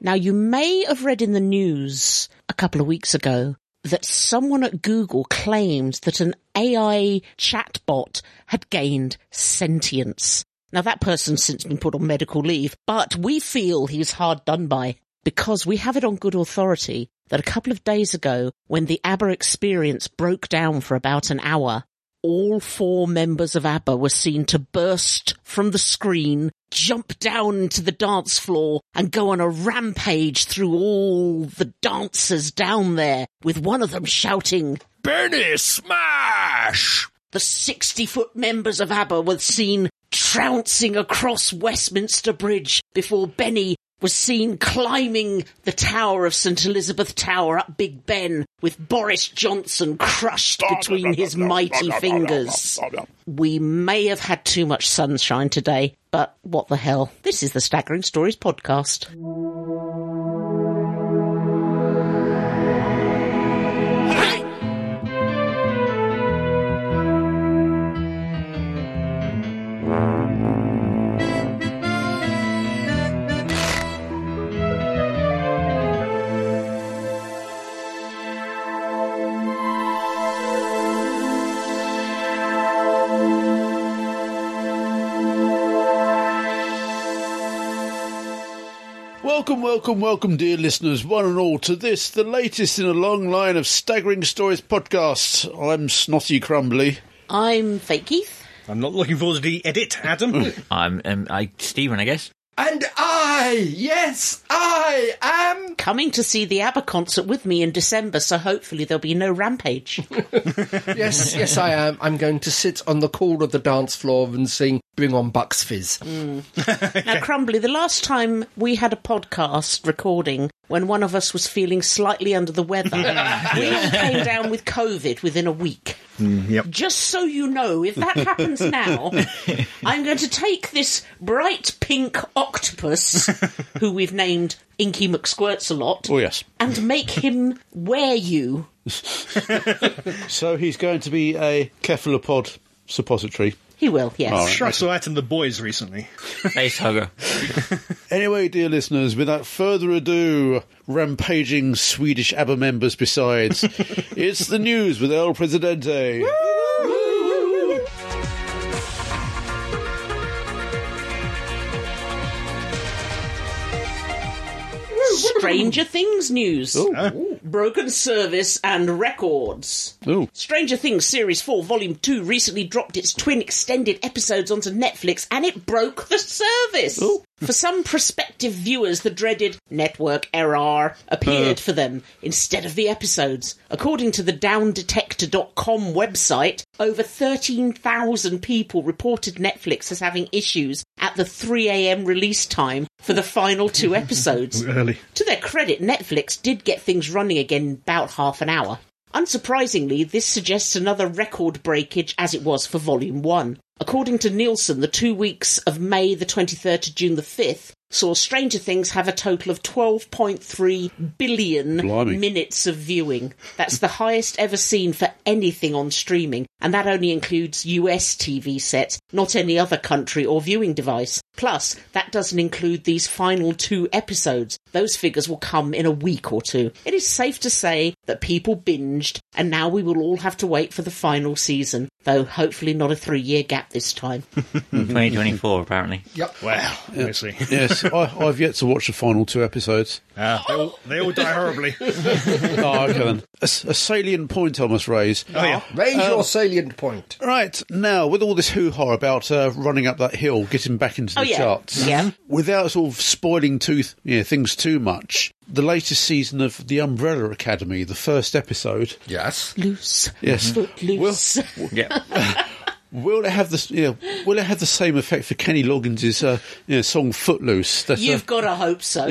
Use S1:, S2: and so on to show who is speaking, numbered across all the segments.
S1: Now, you may have read in the news a couple of weeks ago that someone at Google claimed that an AI chatbot had gained sentience. Now that person's since been put on medical leave, but we feel he's hard done by because we have it on good authority that a couple of days ago when the ABBA experience broke down for about an hour, all four members of ABBA were seen to burst from the screen, jump down to the dance floor and go on a rampage through all the dancers down there with one of them shouting,
S2: Bernie Smash!
S1: The 60 foot members of ABBA were seen trouncing across Westminster Bridge before Benny was seen climbing the tower of St Elizabeth Tower up Big Ben with Boris Johnson crushed between his mighty fingers. We may have had too much sunshine today, but what the hell? This is the Staggering Stories podcast.
S2: Welcome, welcome, welcome, dear listeners, one and all, to this, the latest in a long line of staggering stories podcasts. I'm Snotty Crumbly.
S1: I'm Fake Keith.
S3: I'm not looking forward to the edit,
S4: Hmm.
S3: Adam.
S5: I'm um, I, Stephen, I guess.
S4: And I, yes, I am.
S1: Coming to see the ABBA concert with me in December, so hopefully there'll be no rampage.
S4: Yes, yes, I am. I'm going to sit on the corner of the dance floor and sing Bring On Bucks Fizz.
S1: Now, Crumbly, the last time we had a podcast recording when one of us was feeling slightly under the weather, we all came down with COVID within a week.
S3: yep.
S1: Just so you know, if that happens now, I'm going to take this bright pink octopus, who we've named Inky McSquirts a lot,
S2: Oh, yes.
S1: and make him wear you.
S2: So he's going to be a cephalopod suppository.
S1: He will, yes.
S3: Shrug Light and the boys recently.
S5: Face hugger.
S2: Anyway, dear listeners, without further ado, rampaging Swedish ABBA members besides, it's the news with El Presidente.
S1: Stranger Things news. Broken service and records.
S2: Ooh.
S1: Stranger Things Series 4 Volume 2 recently dropped its twin extended episodes onto Netflix and it broke the service. For some prospective viewers, the dreaded network error appeared for them instead of the episodes. According to the downdetector.com website, over 13,000 people reported Netflix as having issues at the 3am release time for the final two episodes.
S3: Early.
S1: To their credit, Netflix did get things running again in about half an hour. Unsurprisingly, this suggests another record breakage as it was for Volume 1. According to Nielsen, the two weeks of May the 23rd to June the 5th saw Stranger Things have a total of 12.3 billion
S2: Blimey.
S1: minutes of viewing. That's the highest ever seen for anything on streaming, and that only includes US TV sets, not any other country or viewing device. Plus, that doesn't include these final two episodes. Those figures will come in a week or two. It is safe to say that people binged, and now we will all have to wait for the final season, though hopefully not a three year gap this time.
S5: 2024, apparently.
S3: Wow. Obviously.
S2: yes, I, I've yet to watch the final two episodes.
S3: Ah, they, all, they all die horribly.
S2: oh, okay then. A, s- a salient point I must raise.
S3: Oh, yeah.
S4: Raise your salient point.
S2: Right, now, with all this hoo ha about uh, running up that hill, getting back into the
S1: Oh, yeah.
S2: charts,
S1: Yeah.
S2: without sort of spoiling too th- yeah, things too much, the latest season of The Umbrella Academy, the first episode.
S4: Yes.
S1: Loose.
S2: Yes.
S1: Foot loose.
S5: Yeah.
S2: Will it have the you know, will it have the same effect for Kenny Loggins' uh, you know, song Footloose? uh, That's
S1: You've got to hope so.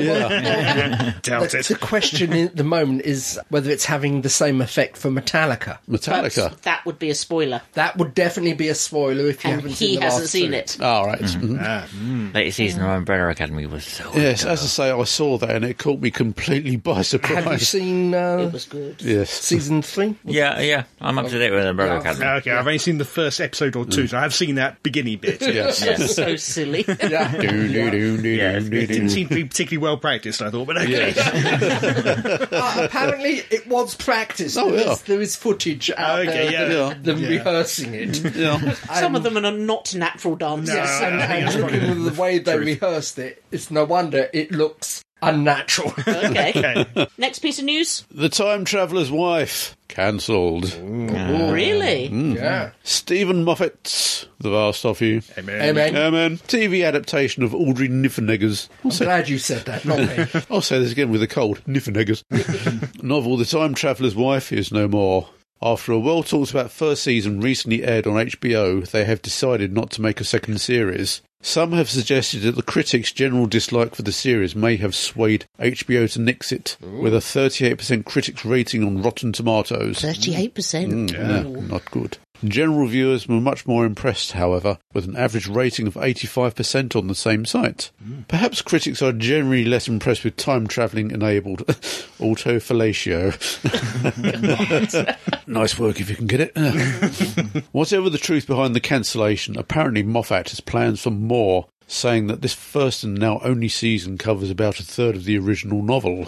S3: Doubt it.
S4: The question at the moment is whether it's having the same effect for Metallica.
S2: a Metallica.
S1: But that would be a spoiler.
S4: That would definitely be a spoiler if you
S1: And
S4: haven't
S1: he
S4: seen the
S1: hasn't
S4: last
S1: seen
S4: two.
S1: it.
S2: All right. Mhm.
S5: Latest season of Umbrella Academy was so.
S2: Yes, as I say, I saw that and it caught me completely by surprise.
S4: Have you seen uh,
S1: It was good.
S2: yes.
S4: season three?
S5: Yeah, yeah. I'm up to date with Umbrella Academy.
S3: Okay, I've only seen the first episode or two. So I have seen that beginning bit.
S2: Yes.
S5: Yes.
S1: so silly.
S2: Do, do, do, do, do,
S5: Yeah, it's
S2: do,
S5: good
S3: It didn't
S2: do.
S3: seem to be particularly well practiced, I thought, but okay.
S2: Yes.
S4: Uh, apparently, it was practiced.
S2: Oh, yeah.
S4: There's- there is footage out
S3: Okay,
S4: there
S3: yeah.
S4: of
S2: Yeah.
S4: them
S3: Yeah.
S4: rehearsing it.
S2: Yeah.
S1: Some of them are not natural dancers.
S4: Yes,
S3: Uh,
S4: and,
S3: I think
S4: and
S3: that's
S4: looking
S3: probably
S4: at the way they rehearsed it, it's no wonder it looks unnatural.
S1: Okay. Next piece of news.
S2: The Time Traveller's Wife, cancelled.
S3: Mm.
S1: Really?
S4: yeah.
S2: Stephen Moffat's The Vast of You.
S3: Amen.
S4: Amen.
S2: Amen. TV adaptation of Audrey Niffenegger's. I'll
S4: I'm
S2: say,
S4: glad you said that, not me.
S2: I'll say this again with a cold. Niffenegger's. Novel The Time Traveller's Wife is no more. After a well talked about first season recently aired on HBO, they have decided not to make a second series. Some have suggested that the critics' general dislike for the series may have swayed HBO to nix it, with a 38% critics rating on Rotten Tomatoes.
S3: Mm.
S1: 38%.
S2: Mm, Yeah, not good. General viewers were much more impressed, however, with an average rating of 85% on the same site. Perhaps critics are generally less impressed with time travelling enabled auto nice work if you can get it. Whatever the truth behind the cancellation, apparently Moffat has plans for more, saying that this first and now only season covers about a third of the original novel.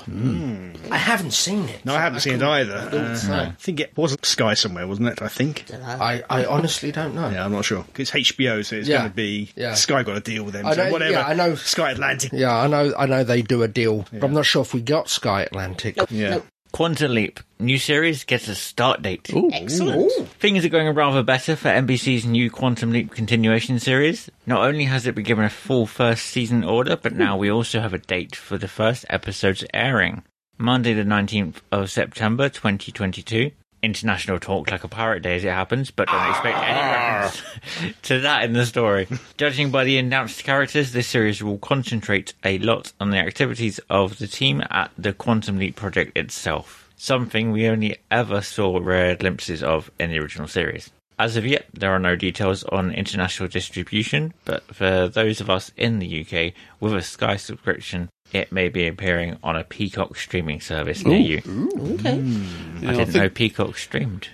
S4: I haven't seen it.
S3: No, I haven't seen it either.
S4: don't
S3: Uh,
S4: know.
S3: I think it was Sky somewhere, wasn't it? I think.
S4: I, I honestly don't know.
S3: Yeah, I'm not sure. It's HBO, so it's
S4: Yeah.
S3: going to be.
S4: Yeah.
S3: Sky got a deal with them.
S4: I
S3: so
S4: know-
S3: whatever.
S4: yeah, I know.
S3: Sky Atlantic.
S4: Yeah, I know. I know they do a deal, but I'm not sure if we got Sky Atlantic.
S3: Yeah.
S1: Nope.
S5: Quantum Leap, new series gets a start date.
S1: Excellent.
S5: Things are going rather better for NBC's new Quantum Leap continuation series. Not only has it been given a full first season order, but now we also have a date for the first episode's airing. Monday the 19th of September 2022. International talk like a pirate day as it happens, but don't expect any reference to that in the story. Judging by the announced characters, this series will concentrate a lot on the activities of the team at the Quantum Leap project itself, something we only ever saw rare glimpses of in the original series. As of yet, there are no details on international distribution, but for those of us in the UK with a Sky subscription, it may be appearing on a Peacock streaming service near you.
S1: Okay.
S3: Mm.
S5: I
S2: Yeah, I
S5: didn't
S2: think-
S5: know Peacock streamed.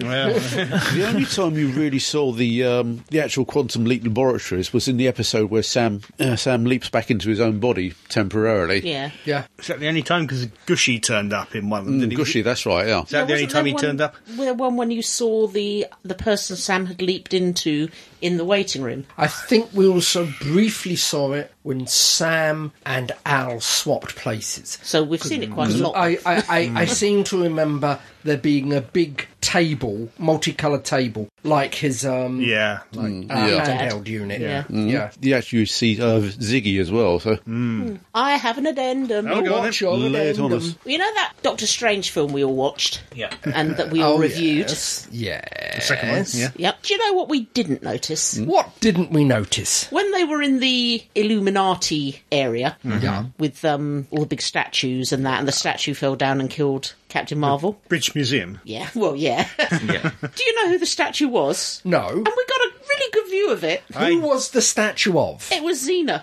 S3: Well,
S2: The only time you really saw the um, the actual quantum leap laboratories was in the episode where Sam uh, Sam leaps back into his own body temporarily.
S1: Yeah.
S4: Yeah.
S3: is that the only time? Because Gushy turned up in one
S4: Mm,
S3: of them, didn't he?
S2: Gushy, that's right. Yeah,
S3: Is that the only
S1: Wasn't
S3: time
S1: there
S3: he
S1: one-
S3: turned up?
S1: Well, one when you saw the the person Sam had leaped into in the waiting room.
S4: I think we also briefly saw it when Sam and Al swapped places.
S1: So we've seen it quite a lot.
S3: Mm.
S4: I, I, I, I seem to remember there being a big table, multicoloured table, like his um,
S3: Yeah.
S4: uh,
S2: Yeah.
S4: handheld unit.
S1: Yeah.
S4: yeah.
S2: you actually see uh, Ziggy as well. So
S4: Mm.
S1: I have an addendum.
S3: Oh, go on
S4: Watch
S3: then.
S4: your
S2: lay it on
S4: addendum.
S2: us.
S1: You know that Doctor Strange film we all watched?
S5: Yeah.
S1: And that we all
S4: Oh,
S1: reviewed?
S4: yes. Yeah.
S3: Second one. Yeah.
S1: Yep. Do you know what we didn't notice?
S3: Mm.
S4: What didn't we notice?
S1: When they were in the Illuminati area
S3: Mm.
S4: Yeah.
S1: with um, all the big statues and that, and the statue fell down and killed Captain Marvel.
S3: Bridge Museum.
S1: Yeah, well, yeah.
S5: Yeah.
S1: Do you know who the statue was?
S4: No.
S1: And we got a really good view of it.
S4: Who was the statue of?
S1: It was Xena.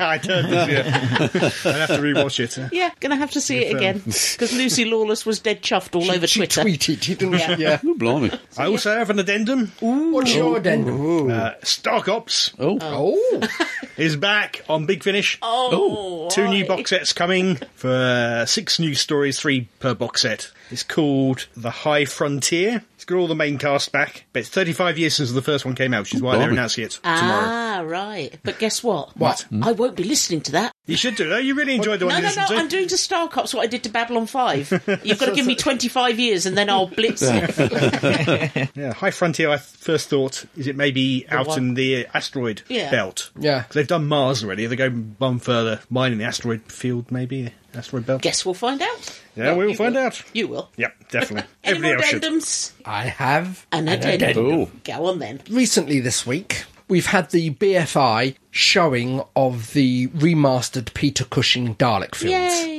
S3: I turned up. Yeah. I'd have to rewatch it. uh.
S1: Yeah, gonna have to see it again because Lucy Lawless was dead chuffed all over
S4: she
S1: Twitter.
S4: tweeted, didn't she? Yeah.
S2: oh, blimey!
S3: I also have an addendum.
S4: What's your addendum?
S3: Uh, Stark Ops
S2: Oh,
S4: Oh,
S3: is back on Big Finish.
S1: Oh,
S3: Two new
S1: aye.
S3: box sets coming for uh, six new stories, three per box set. It's called The High Frontier. It's got all the main cast back, but it's 35 years since the first one came out, which is why they're
S2: blimey.
S3: announcing it tomorrow.
S1: Ah, right. But guess what? What? I won't be listening to that.
S3: You should do that. You really enjoyed the
S1: No,
S3: one you
S1: no, no.
S3: listened
S1: I'm
S3: to.
S1: doing to Star Cops what I did to Babylon 5. You've got to give me 25 years and then I'll blitz it.
S3: yeah, High Frontier, I first thought, is it maybe out
S1: what?
S3: in the asteroid
S1: Yeah.
S3: belt?
S4: Yeah.
S3: 'Cause They've done Mars already. They're going one further, mining the asteroid field, maybe? Asteroid belt?
S1: Guess we'll find out.
S3: Yeah, we will
S1: you
S3: find
S1: will.
S3: out.
S1: You will.
S3: Yep, definitely.
S1: Any more
S3: Everybody else should.
S1: addendums?
S4: I have.
S1: An addendum.
S2: Oh.
S1: Go on then.
S4: Recently this week, we've had the BFI showing of the remastered Peter Cushing Dalek films.
S1: Yay!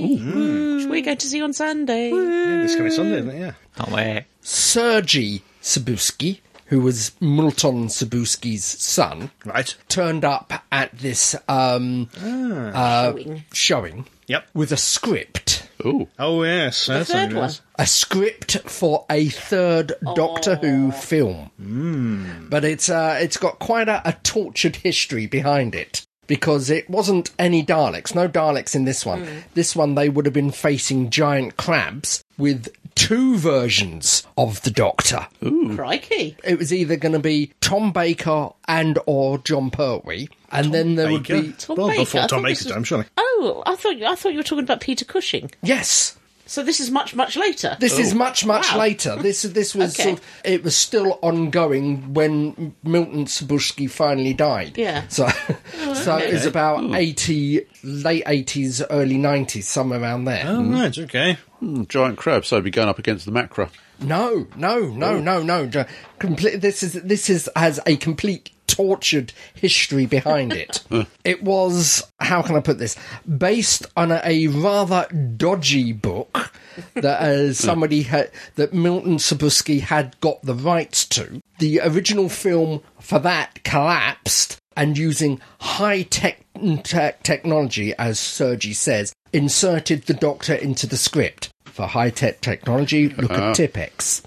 S1: Which we're going to see on Sunday.
S3: It's coming Sunday, isn't it? Yeah.
S5: Can't wait.
S4: Sergei Sabuski, who was Milton Sabuski's son,
S3: Right.
S4: turned up at this um, uh,
S1: Showing.
S4: showing
S3: Yep.
S4: with a script
S2: Oh,
S3: Oh, yes.
S1: The
S3: that's
S1: third
S3: what it
S1: one.
S3: is.
S4: a script for a third Doctor Who film. But it's uh, it's got quite a, a tortured history behind it because it wasn't any Daleks, no Daleks in this one. This one they would have been facing giant crabs with two versions of the Doctor.
S1: Oh, Crikey.
S4: It was either going to be Tom Baker and or John Pertwee, and then there
S3: Baker.
S4: would be
S1: Tom
S3: well,
S1: Baker. I
S3: before
S1: thought
S3: Tom
S1: this
S3: Baker's
S1: was-
S3: time, surely.
S1: Oh, I thought you, I thought you were talking about Peter Cushing.
S4: yes.
S1: So this is much much later.
S4: This is much, much
S1: Oh. Wow.
S4: later. This this was
S1: Okay.
S4: sort of, it was still ongoing when Milton Sabushki finally died.
S1: Yeah. Oh, Hmm.
S4: So so it was about eighty late eighties, early nineties, somewhere around there.
S3: Oh, right, okay.
S2: hmm, giant crab. So I'd be going up against the macra.
S4: No, no, no, no, no. no. Complete, this is this is has a complete tortured history behind it. it was how can I put this? Based on a, a rather dodgy book that uh, somebody had that Milton Sabuski had got the rights to. The original film for that collapsed and using high tech tech technology, as Sergi says, inserted the Doctor into the script. For high tech technology, look at Tipex.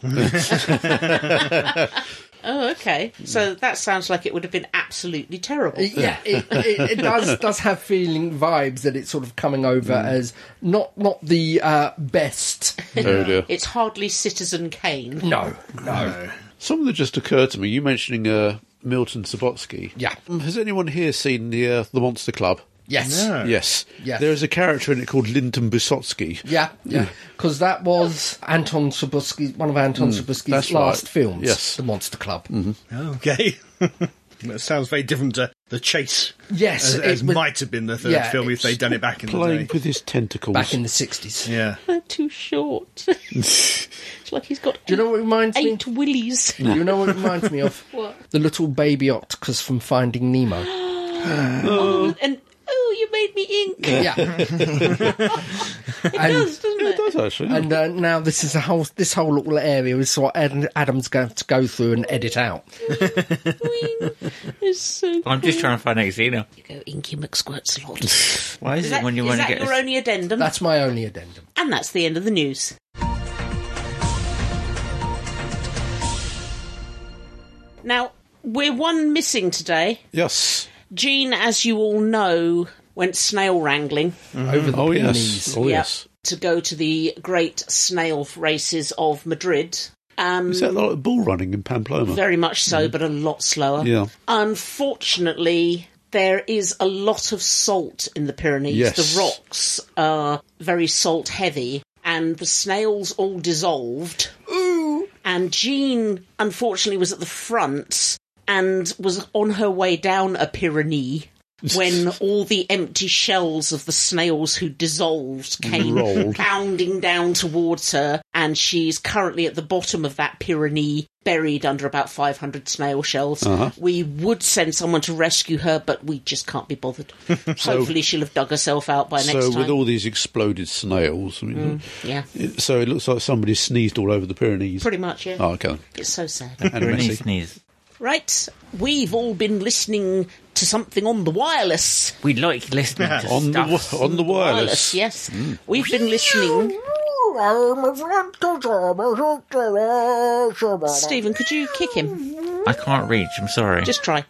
S1: Oh, okay. So that sounds like it would have been absolutely terrible.
S4: Yeah, it, it, it does does have feeling vibes that it's sort of coming over as not not the uh, best.
S2: Oh dear.
S1: It's hardly Citizen Kane.
S4: No, no.
S2: Something that just occurred to me. You mentioning uh, Milton Sabotsky.
S4: Yeah.
S2: Um, Has anyone here seen the uh, the Monster Club?
S4: Yes.
S3: No.
S2: Yes.
S4: Yes.
S2: There is a character in it called Linton Busotsky.
S4: Yeah, yeah. Because that was Anton Sobuski, one of Anton Sobuski's
S2: that's
S4: last
S2: right.
S4: films.
S2: Yes.
S4: The Monster Club.
S3: Oh, Okay. that sounds very different to The Chase.
S4: Yes,
S3: As, as
S4: it was-
S3: might have been the third
S4: yeah,
S3: film if they'd done it back in the
S2: Playing
S3: day.
S2: with his tentacles.
S4: Back in the 60s.
S3: Yeah.
S1: They're too short. it's like he's got
S4: Do you know
S1: eight,
S4: what it reminds me?
S1: eight willies.
S4: Do you know what it reminds me of?
S1: What?
S4: The little baby octopus from Finding Nemo.
S1: Oh, and oh, you made me ink.
S4: Yeah,
S1: It does, doesn't it?
S2: it does actually.
S4: and uh, now this is a whole this whole little area is what Ad- Adam's going to go through and edit out.
S1: Boing. It's so.
S5: I'm just trying to find Xena.
S1: You go Inky McSquirts a lot. Is
S5: Why is,
S1: that,
S5: it when you
S1: is
S5: want to
S1: that
S5: get
S1: your
S5: a-
S1: only addendum?
S4: That's my only addendum.
S1: And that's the end of the news. Now, we're one missing today.
S2: yes.
S1: Jean, as you all know, went snail wrangling
S4: Over the
S2: Oh
S4: peonies.
S2: yes. Oh
S1: yeah,
S2: yes.
S1: to go to the great snail races of Madrid. Um,
S2: Is that like bull running in Pamplona?
S1: very much so, but a lot slower.
S2: Yeah.
S1: Unfortunately, there is a lot of salt in the Pyrenees.
S2: Yes.
S1: The rocks are very salt heavy, and the snails all dissolved. Ooh! And Jean, unfortunately, was at the front and was on her way down a Pyrenee when all the empty shells of the snails who dissolved came
S2: Rolled.
S1: bounding down towards her, and she's currently at the bottom of that Pyrenee, buried under about 500 snail shells.
S2: Uh-huh.
S1: We would send someone to rescue her, but we just can't be bothered. Hopefully, she'll have dug herself out by next
S2: so
S1: time. Mm,
S2: with all these exploded snails, I mean,
S1: yeah,
S2: it, so it looks like somebody sneezed all over the Pyrenees.
S1: pretty much, yeah.
S2: Oh, okay.
S1: It's so sad.
S2: And
S5: Renee
S2: Messi.
S5: sneeze.
S1: right, we've all been listening to something on the wireless.
S5: We like listening to
S2: On the
S5: stuff.
S2: wi- on the wireless.
S1: yes. We've been listening. Stephen, could you kick him?
S5: I can't reach. I'm sorry.
S1: Just try.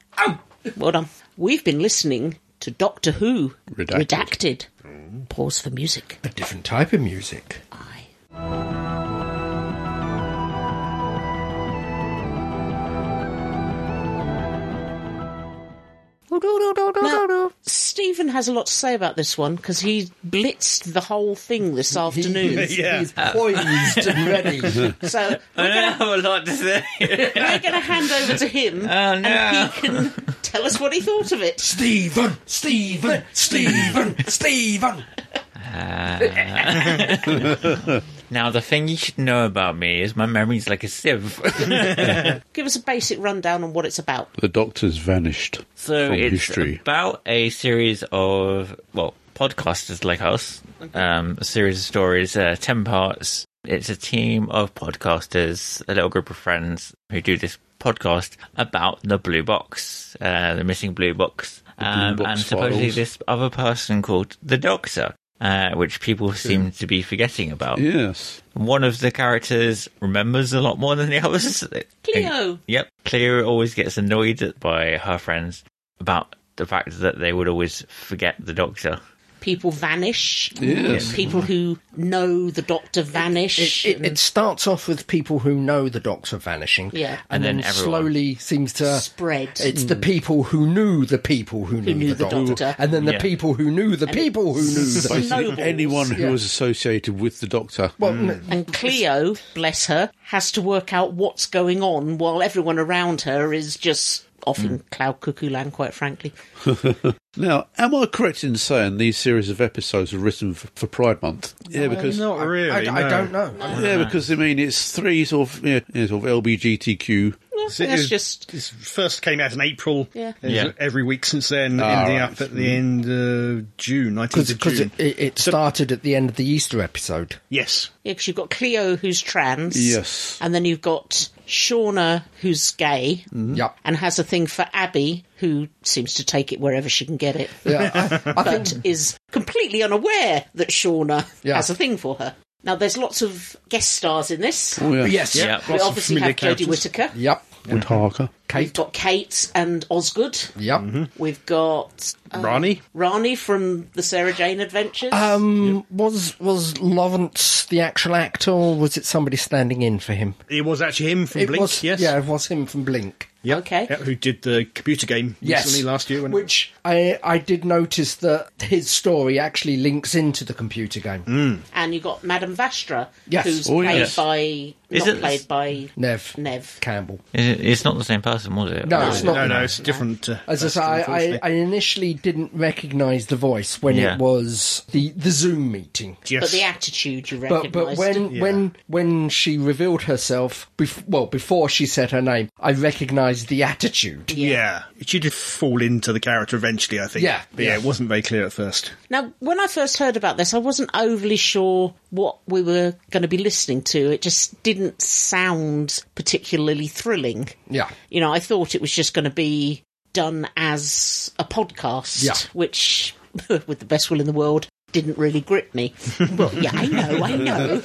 S1: Well done. We've been listening to Doctor Who
S2: Redacted.
S1: Redacted. Pause for music.
S4: A different type of music.
S1: Aye. Now, Stephen has a lot to say about this one because he blitzed the whole thing this afternoon.
S4: He's,
S3: Yeah.
S4: he's poised and ready.
S1: so
S5: I
S1: we're
S5: don't have a lot to say. Oh,
S1: going to hand over to him, and he can tell us what he thought of it.
S4: Stephen, Stephen, Stephen, Stephen.
S5: now, the thing you should know about me is my memory's like a sieve.
S1: Give us a basic rundown on what it's about.
S2: The doctor's vanished
S5: So
S2: from
S5: it's
S2: history.
S5: about a series of well podcasters like us, um, a series of stories, uh, ten parts. It's a team of podcasters, a little group of friends who do this podcast about the blue box, uh, the missing blue box,
S2: blue
S5: um,
S2: box
S5: and supposedly
S2: files.
S5: this other person called the Doctor. uh, which people seem to be forgetting about.
S2: Yes.
S5: One of the characters remembers a lot more than the others.
S1: Cleo.
S5: Yep. Cleo always gets annoyed by her friends about the fact that they would always forget the doctor.
S1: People vanish.
S2: Yes.
S1: People who know the doctor
S4: It,
S1: vanish.
S4: it,
S1: and
S4: it starts off with people who know the doctor vanishing,
S1: Yeah.
S4: and,
S5: And
S4: then,
S5: then everyone.
S4: slowly seems
S2: Uh,
S4: to
S1: Spread.
S4: It's
S3: Hmm.
S4: the people who knew the people who knew,
S1: knew
S4: the,
S1: the
S4: doctor,
S1: doctor.
S4: and then the
S5: Yeah.
S4: people who knew the people who knew the.
S1: it's-
S2: Basically,
S1: Nobles,
S2: anyone who
S4: yeah.
S2: was associated with the Doctor.
S4: Well,
S3: Hmm.
S4: n-
S1: and Cleo, bless her, has to work out what's going on while everyone around her is just off in
S2: Hmm.
S1: cloud cuckoo land, quite frankly.
S2: Now, am I correct in saying these series of episodes were written for, for Pride Month? Yeah, because
S3: Not really.
S4: I, I
S3: no.
S4: don't know. I-
S2: yeah, because I mean it's three sort of yeah, yeah, sort of LBGTQ.
S1: Well,
S3: So it
S1: that's
S3: was-
S1: just.
S3: This first came out in April.
S1: Yeah.
S3: It was
S5: Yeah.
S3: Every week since then,
S2: Ah,
S3: ending
S2: right.
S3: up at the end of June, 19th of
S4: because
S3: June.
S4: it, it, it started at the end of the Easter episode.
S3: yes.
S1: Yeah, because you've got Cleo, who's trans.
S2: Yes.
S1: And then you've got Shauna, who's gay.
S2: Hmm.
S3: Hmm.
S4: Yep.
S1: And has a thing for Abby, who seems to take it wherever she can get it,
S4: Yeah, I, I think
S1: but is completely unaware that Shauna
S4: Yeah.
S1: has a thing for her. Now, there's lots of guest stars in this.
S2: Oh yeah.
S4: yes.
S5: Yeah.
S1: we
S3: Lots of
S1: obviously
S3: familiar
S1: have Jodie
S3: characters.
S1: Whittaker.
S4: Yep.
S2: Wood Harker.
S1: We've got Kate and Osgood.
S4: Yep.
S3: Mm-hmm.
S1: We've got uh,
S3: Ronnie?
S1: Rani from the Sarah Jane Adventures.
S4: Um, was was Lawrence the actual actor, or was it somebody standing in for him?
S3: It was actually him from
S4: it
S3: Blink,
S4: was.
S3: yes.
S4: Yeah, it was him from Blink.
S3: Yep.
S1: Okay.
S3: Yep, who did the computer game
S4: Yes.
S3: recently last year. When
S4: Which I I did notice that his story actually links into the computer game.
S3: Hmm.
S1: and you've got Madame Vastra,
S4: Yes.
S1: who's
S2: Oh,
S1: played
S2: yes.
S1: by
S5: Is
S1: not
S5: it-
S1: played by
S4: Nev
S1: Nev.
S4: Campbell.
S5: It- It's not the same person, was it?
S4: No,
S5: Or-
S4: it's not.
S3: no, no, it's a different. Uh,
S4: As I say,
S3: person,
S4: I, I,
S3: unfortunately.
S4: I initially didn't recognise the voice when
S5: Yeah.
S4: it was the, the Zoom meeting.
S3: yes.
S1: But the attitude you
S4: But
S1: recognise.
S4: but when when when she revealed herself, bef- well before she said her name, I recognised the attitude.
S3: yeah. she did fall into the character eventually. I think.
S4: Yeah,
S3: but yeah, it wasn't very clear at first.
S1: Now, when I first heard about this, I wasn't overly sure what we were going to be listening to. It just didn't sound particularly thrilling.
S4: Yeah.
S1: You know, I thought it was just going to be done as a podcast,
S4: Yeah.
S1: which, with the best will in the world, didn't really grip me. well, yeah, I know, I know.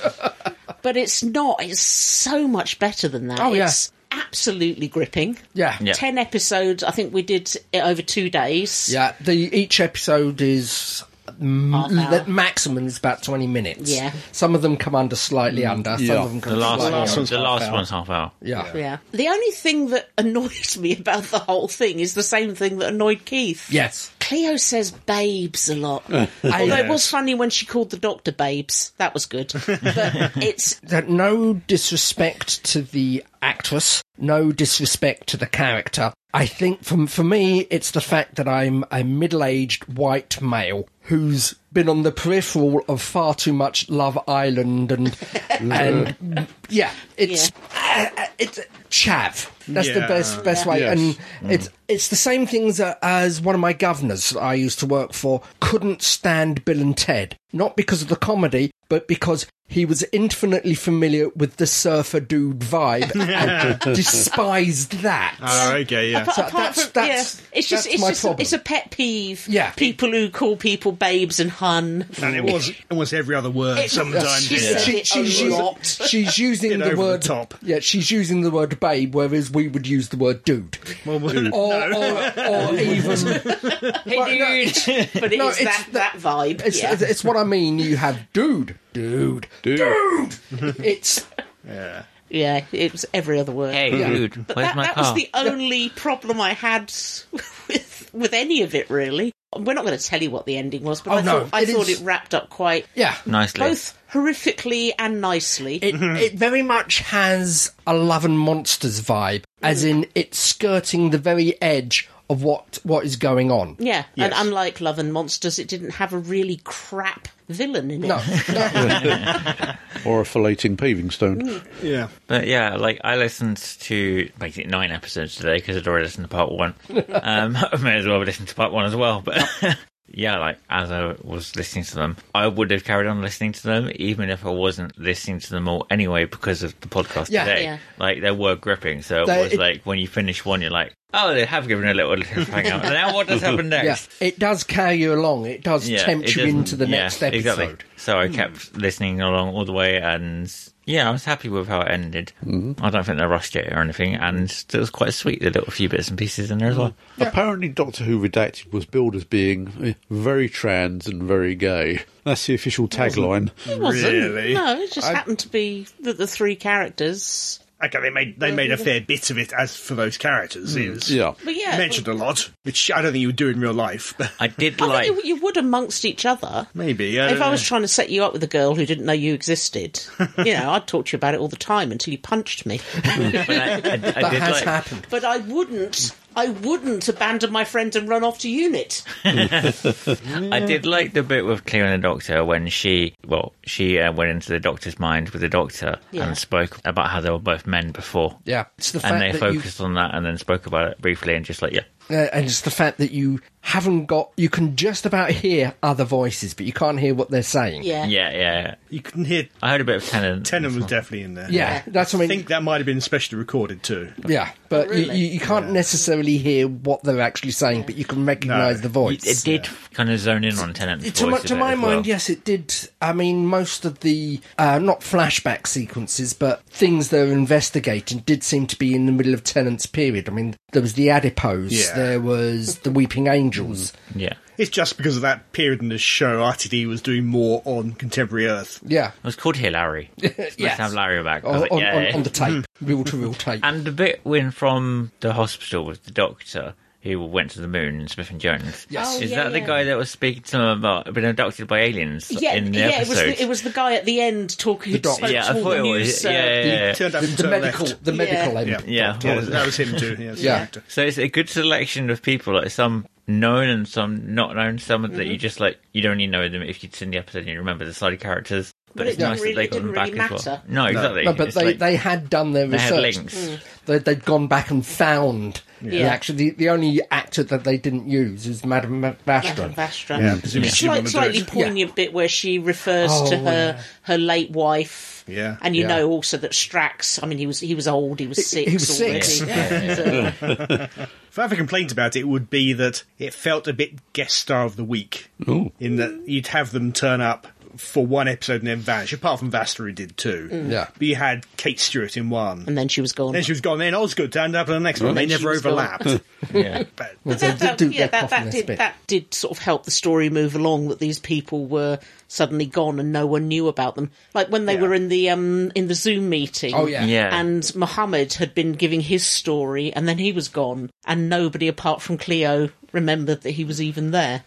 S1: But it's not. It's so much better than that.
S4: Oh, yeah.
S1: It's absolutely gripping.
S4: Yeah.
S5: Yeah.
S1: 10 episodes. I think we did it over two days.
S4: Yeah, the each episode is m-
S1: Half hour.
S4: the maximum is about twenty minutes.
S1: Yeah.
S4: some of them come under slightly under. Some
S2: yeah.
S4: of them come
S5: The last,
S4: slightly
S3: last
S4: over.
S3: one's
S5: the
S3: half
S5: last
S3: hour.
S5: one's half hour.
S4: Yeah.
S1: Yeah. The only thing that annoys me about the whole thing is the same thing that annoyed Keith.
S4: Yes.
S1: Cleo says babes a lot. Although it was funny when she called the doctor babes. That was good. But it's
S4: That no disrespect to the actress, no disrespect to the character. I think from for me, it's the fact that I'm a middle-aged white male who's been on the peripheral of far too much Love Island and and yeah, it's uh, uh, it's chav. That's the
S3: Yeah.
S4: best best way,
S2: Yes.
S4: and it's it's the same things that, as one of my governors that I used to work for couldn't stand Bill and Ted, not because of the comedy, but because he was infinitely familiar with the surfer dude vibe and despised that.
S3: Oh, okay, yeah.
S1: apart,
S4: So
S1: apart
S4: that's-
S1: from,
S4: that's-
S1: yeah, it's just
S4: that's
S1: it's
S4: my
S1: just
S4: problem.
S1: it's a pet peeve.
S4: Yeah.
S1: people who call people babes and hun.
S3: and it was almost every other word
S1: It-
S3: sometimes.
S1: she
S3: yeah.
S1: said
S4: She,
S1: it
S4: she's,
S1: a
S4: using,
S1: lot.
S4: she's using
S3: Get
S4: the
S3: over the
S4: word
S3: top.
S4: Yeah, she's using the word babe, whereas we would use the word dude,
S3: Well, well,
S4: or,
S3: no.
S4: or, or even
S1: Hey,
S4: Well, no,
S1: dude. but it
S4: no,
S1: is
S4: it's
S1: that, that vibe.
S4: It's,
S1: yeah.
S4: it's, it's what I mean. You have dude, dude,
S2: Dude.
S4: It's
S1: yeah, it was every other word.
S5: Hey, dude,
S1: But
S5: where's
S1: that,
S5: my
S1: that
S5: car?
S1: was the only problem I had with with any of it, really. We're not going to tell you what the ending was, but
S4: Oh,
S1: I
S4: no,
S1: thought I
S4: it
S1: thought
S4: is-
S1: it wrapped up quite
S4: yeah.
S5: Nicely.
S1: both horrifically and nicely.
S4: It,
S5: Mm-hmm.
S4: it very much has a Love and Monsters vibe, as in it's skirting the very edge of what what is going on.
S1: yeah, and
S3: Yes.
S1: unlike Love and Monsters, it didn't have a really crap villain in it.
S4: No,
S2: Or a filleting paving stone.
S3: yeah.
S5: But yeah, like I listened to basically nine episodes today because I'd already listened to part one. Um, I may as well listen to part one as well. But yeah, like as I was listening to them, I would have carried on listening to them even if I wasn't listening to them all anyway because of the podcast
S4: Yeah.
S5: today.
S1: Yeah.
S5: Like they were gripping, so it
S4: They-
S5: was
S4: it-
S5: like when you finish one, you're like, oh, they have given a little hang out. Now what does happen
S4: Yeah,
S5: next?
S4: it does carry you along. It does
S5: Yeah,
S4: tempt
S5: it
S4: you
S5: doesn't-
S4: into the
S5: yeah,
S4: next episode. Hmm.
S5: Exactly. So I kept listening along all the way, and yeah, I was happy with how it ended.
S4: Hmm.
S5: I don't think they rushed it or anything, and it was quite sweet. The little few bits and pieces in there as well.
S2: Apparently, Doctor Who Redacted was billed as being eh, very trans and very gay. That's the official tagline.
S1: It wasn't.
S3: Really?
S1: No, it just happened to be that the three characters.
S3: Okay, they made they made a fair bit of it as for those characters. It was
S2: Yeah.
S1: But yeah,
S3: mentioned a lot, which I don't think you would do in real life. But
S5: I did
S1: I
S5: like.
S1: think you, you would amongst each other.
S3: maybe I
S1: If
S3: don't
S1: I was
S3: know.
S1: trying to set you up with a girl who didn't know you existed, you know, I'd talk to you about it all the time until you punched me.
S5: but I, I- I did
S4: That has
S5: like.
S4: happened.
S1: But I wouldn't. I wouldn't abandon my friend and run off to unit.
S5: I did like the bit with Cleo and the Doctor when she, well, she uh, went into the Doctor's mind with the Doctor
S1: Yeah.
S5: and spoke about how they were both men before.
S4: Yeah, it's the
S5: And
S4: fact
S5: they
S4: that you
S5: focused on that and then spoke about it briefly and just like, yeah,
S4: Uh, and it's the fact that you haven't got you can just about hear other voices but you can't hear what they're saying
S1: Yeah.
S5: yeah, yeah. yeah.
S3: you can hear
S5: I heard a bit of Tennant.
S3: Tennant was definitely in there.
S4: yeah that's what i
S3: I
S4: mean
S3: think that might have been specially recorded too.
S4: yeah but you-
S1: Oh, Really?
S4: you, you can't necessarily hear what they're actually saying but you can recognize
S3: No.
S4: the
S5: It,
S4: voice
S5: it did kind of zone in on Tennant's
S4: to my,
S5: voice a
S4: to
S5: bit
S4: my
S5: as
S4: mind,
S5: well.
S4: yes, it did. I mean, most of the uh, not flashback sequences, but things they're investigating did seem to be in the middle of Tennant's period. I mean, there was the adipose,
S3: Yeah.
S4: there was the weeping angels.
S5: Yeah.
S3: It's just because of that period in the show, RTD was doing more on contemporary Earth.
S4: Yeah,
S5: It was called Here Larry. It's nice
S4: Yes.
S5: to have Larry back. I was
S4: on,
S5: like,
S4: on,
S5: yeah,
S4: on,
S5: yeah. Mm-hmm.
S4: on the tape, reel to reel tape.
S5: and the bit when from the hospital with the doctor who went to the moon and Smith and Jones.
S1: Yes. Oh,
S5: Is
S1: yeah,
S5: that the
S1: yeah.
S5: guy that was speaking to him about being abducted by aliens
S1: Yeah,
S5: in the
S1: yeah, it was
S5: episode?
S1: the, it was the guy at the end talking. who
S4: doctor.
S1: spoke
S5: yeah,
S1: to
S5: I
S1: all
S5: thought
S1: the
S5: it
S1: news,
S5: was.
S1: uh,
S5: Yeah, yeah, yeah.
S3: Turned up
S4: the,
S3: into
S4: the
S3: a
S4: medical,
S3: left.
S4: the medical end.
S3: Yeah.
S5: Yeah.
S3: Yeah, that was him too. Yeah, that's
S4: Yeah.
S3: the actor.
S5: So it's a good selection of people, like some known and some not known, some
S1: Mm-hmm.
S5: that you just like you'd only know them if you'd seen the episode and you remember the side characters. But,
S1: But it
S5: it's
S1: didn't
S5: nice
S1: really-
S5: that they
S1: it
S5: got them
S1: didn't
S5: back
S1: really
S5: as well.
S1: matter.
S5: No, exactly.
S4: No, but
S5: It's
S4: they,
S5: like-
S4: they had done their
S5: they had
S4: research. Mm.
S5: links.
S4: They, they'd gone back and found the
S1: Yeah.
S4: actual. The, the only actor that they didn't use is Madame Ma-
S1: Madame
S4: Vastra.
S1: Vastra.
S3: Yeah, presumably she
S1: Slight,
S3: wouldn't do
S1: slightly
S3: it.
S1: poignant bit where she refers
S4: Oh,
S1: to her her late wife.
S3: Yeah.
S1: and you
S4: Yeah.
S1: know also that Strax. I mean, he was he was old. He was six.
S4: he was
S1: already.
S4: six.
S1: So-
S3: If I have a complaint about it, would be that it felt a bit guest star of the week. In that you'd have them turn up for one episode and then vanish, apart from Vasta, who did too.
S4: Yeah.
S3: But you had Kate Stewart in one.
S1: Mm. and then she was gone.
S3: Then she was gone, then Osgood turned up in the next one. They
S1: Then she
S3: never
S1: was gone.
S3: overlapped.
S5: yeah.
S3: but
S1: But
S4: So
S1: that,
S4: do-
S1: that-
S4: do
S1: yeah,
S4: get
S1: that,
S4: off on
S1: that
S4: this
S1: did
S4: bit.
S1: that did sort of help the story move along. That these people were suddenly gone and no one knew about them. Like when they
S3: Yeah.
S1: were in the um in the Zoom meeting.
S4: Oh, yeah.
S5: Yeah.
S1: And Mohammed had been giving his story, and then he was gone, and nobody apart from Cleo remembered that he was even there.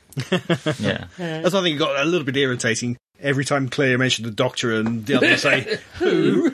S5: yeah.
S3: that's something that got a little bit irritating. Every time Claire mentioned the doctor and the others say, Who?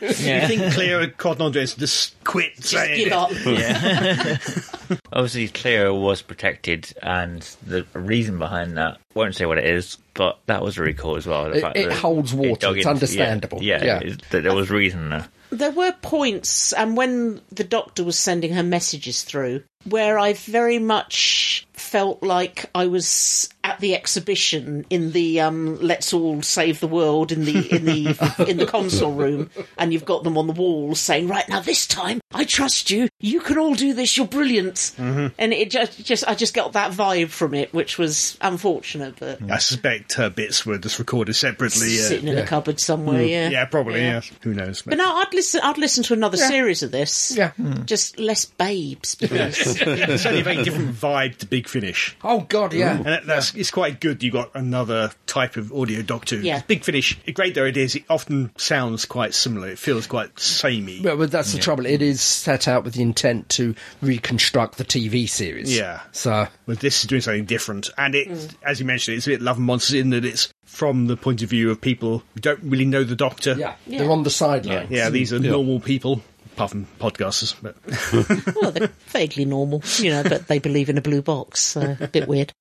S3: You
S5: Yeah.
S3: think Claire had cotton on to it, so just quit saying
S1: Give
S3: it.
S1: up.
S5: Obviously, Cleo was protected, and the reason behind that won't say what it is, but that was really cool as well. The
S4: It-
S5: fact
S4: it
S5: that
S4: holds water,
S5: dug into-
S4: it's
S5: yeah,
S4: understandable.
S5: Yeah,
S4: Yeah.
S5: it- that there was reason there.
S1: There were points, and when the doctor was sending her messages through, where I very much felt like I was at the exhibition in the um, "Let's all save the world" in the in the in the console room, and you've got them on the wall saying, "Right now, this time, I trust you. You can all do this. You're brilliant." And it just, just, I just got that vibe from it, which was unfortunate, but
S3: I suspect her bits were just recorded separately. Uh,
S1: sitting in a cupboard somewhere. Yeah,
S3: yeah, probably,
S1: Yeah.
S3: yeah. Who knows?
S1: But no, I'd listen. I'd listen to another series of this.
S4: Yeah.
S1: just less babes, please.
S3: it's only a very different vibe to Big Finish.
S4: Oh God, yeah.
S3: And that, that's it's quite good. You got another type of audio doctor.
S1: Yeah.
S3: Big Finish, great though it is, it often sounds quite similar. It feels quite samey.
S4: Well, but that's the trouble. It is set out with the intent to reconstruct the TV series.
S3: Yeah.
S4: So
S3: but this is doing something different. And it,
S4: Mm.
S3: as you mentioned, it's a bit Love and Monsters in that it's from the point of view of people who don't really know the Doctor.
S4: yeah,
S1: Yeah.
S4: they're on the sideline.
S3: yeah. These are normal people, apart from podcasters. But
S4: Mm.
S1: well, they're vaguely normal, you know, but they believe in a blue box. So a bit weird.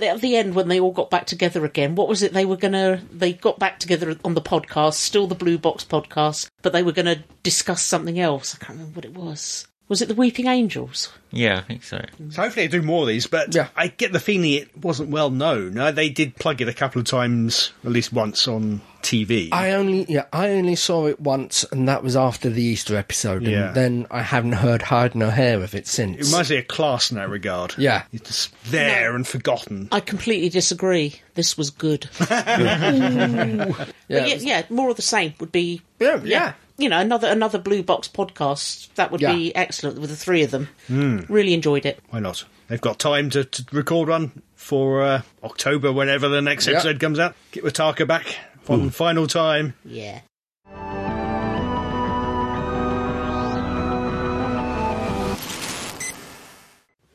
S1: At the end, when they all got back together again, what was it they were going to? They got back together on the podcast, still the Blue Box podcast, but they were going to discuss something else. I can't remember what it was. Was it the Weeping Angels?
S5: Yeah, I think so.
S1: Mm.
S3: So hopefully they do more of these, but
S4: Yeah.
S3: I get the feeling it wasn't well known. Uh, they did plug it a couple of times, at least once on TV.
S4: I only yeah, I only saw it once, and that was after the Easter episode, and
S3: Yeah.
S4: then I haven't heard hide nor hair of it
S3: it
S4: since.
S3: reminds me of class in that regard.
S4: Yeah.
S3: It's just there and forgotten.
S1: I completely disagree. This was good.
S4: yeah,
S1: yeah, yeah, more of the same would be.
S4: Yeah, yeah.
S1: You know, another another Blue Box podcast that would be excellent with the three of them.
S5: Hmm.
S1: Really enjoyed it.
S3: Why not? They've got time to, to record one for uh, October, whenever the next
S4: Yeah.
S3: episode comes out. Get Wataka back one final time.
S1: Yeah.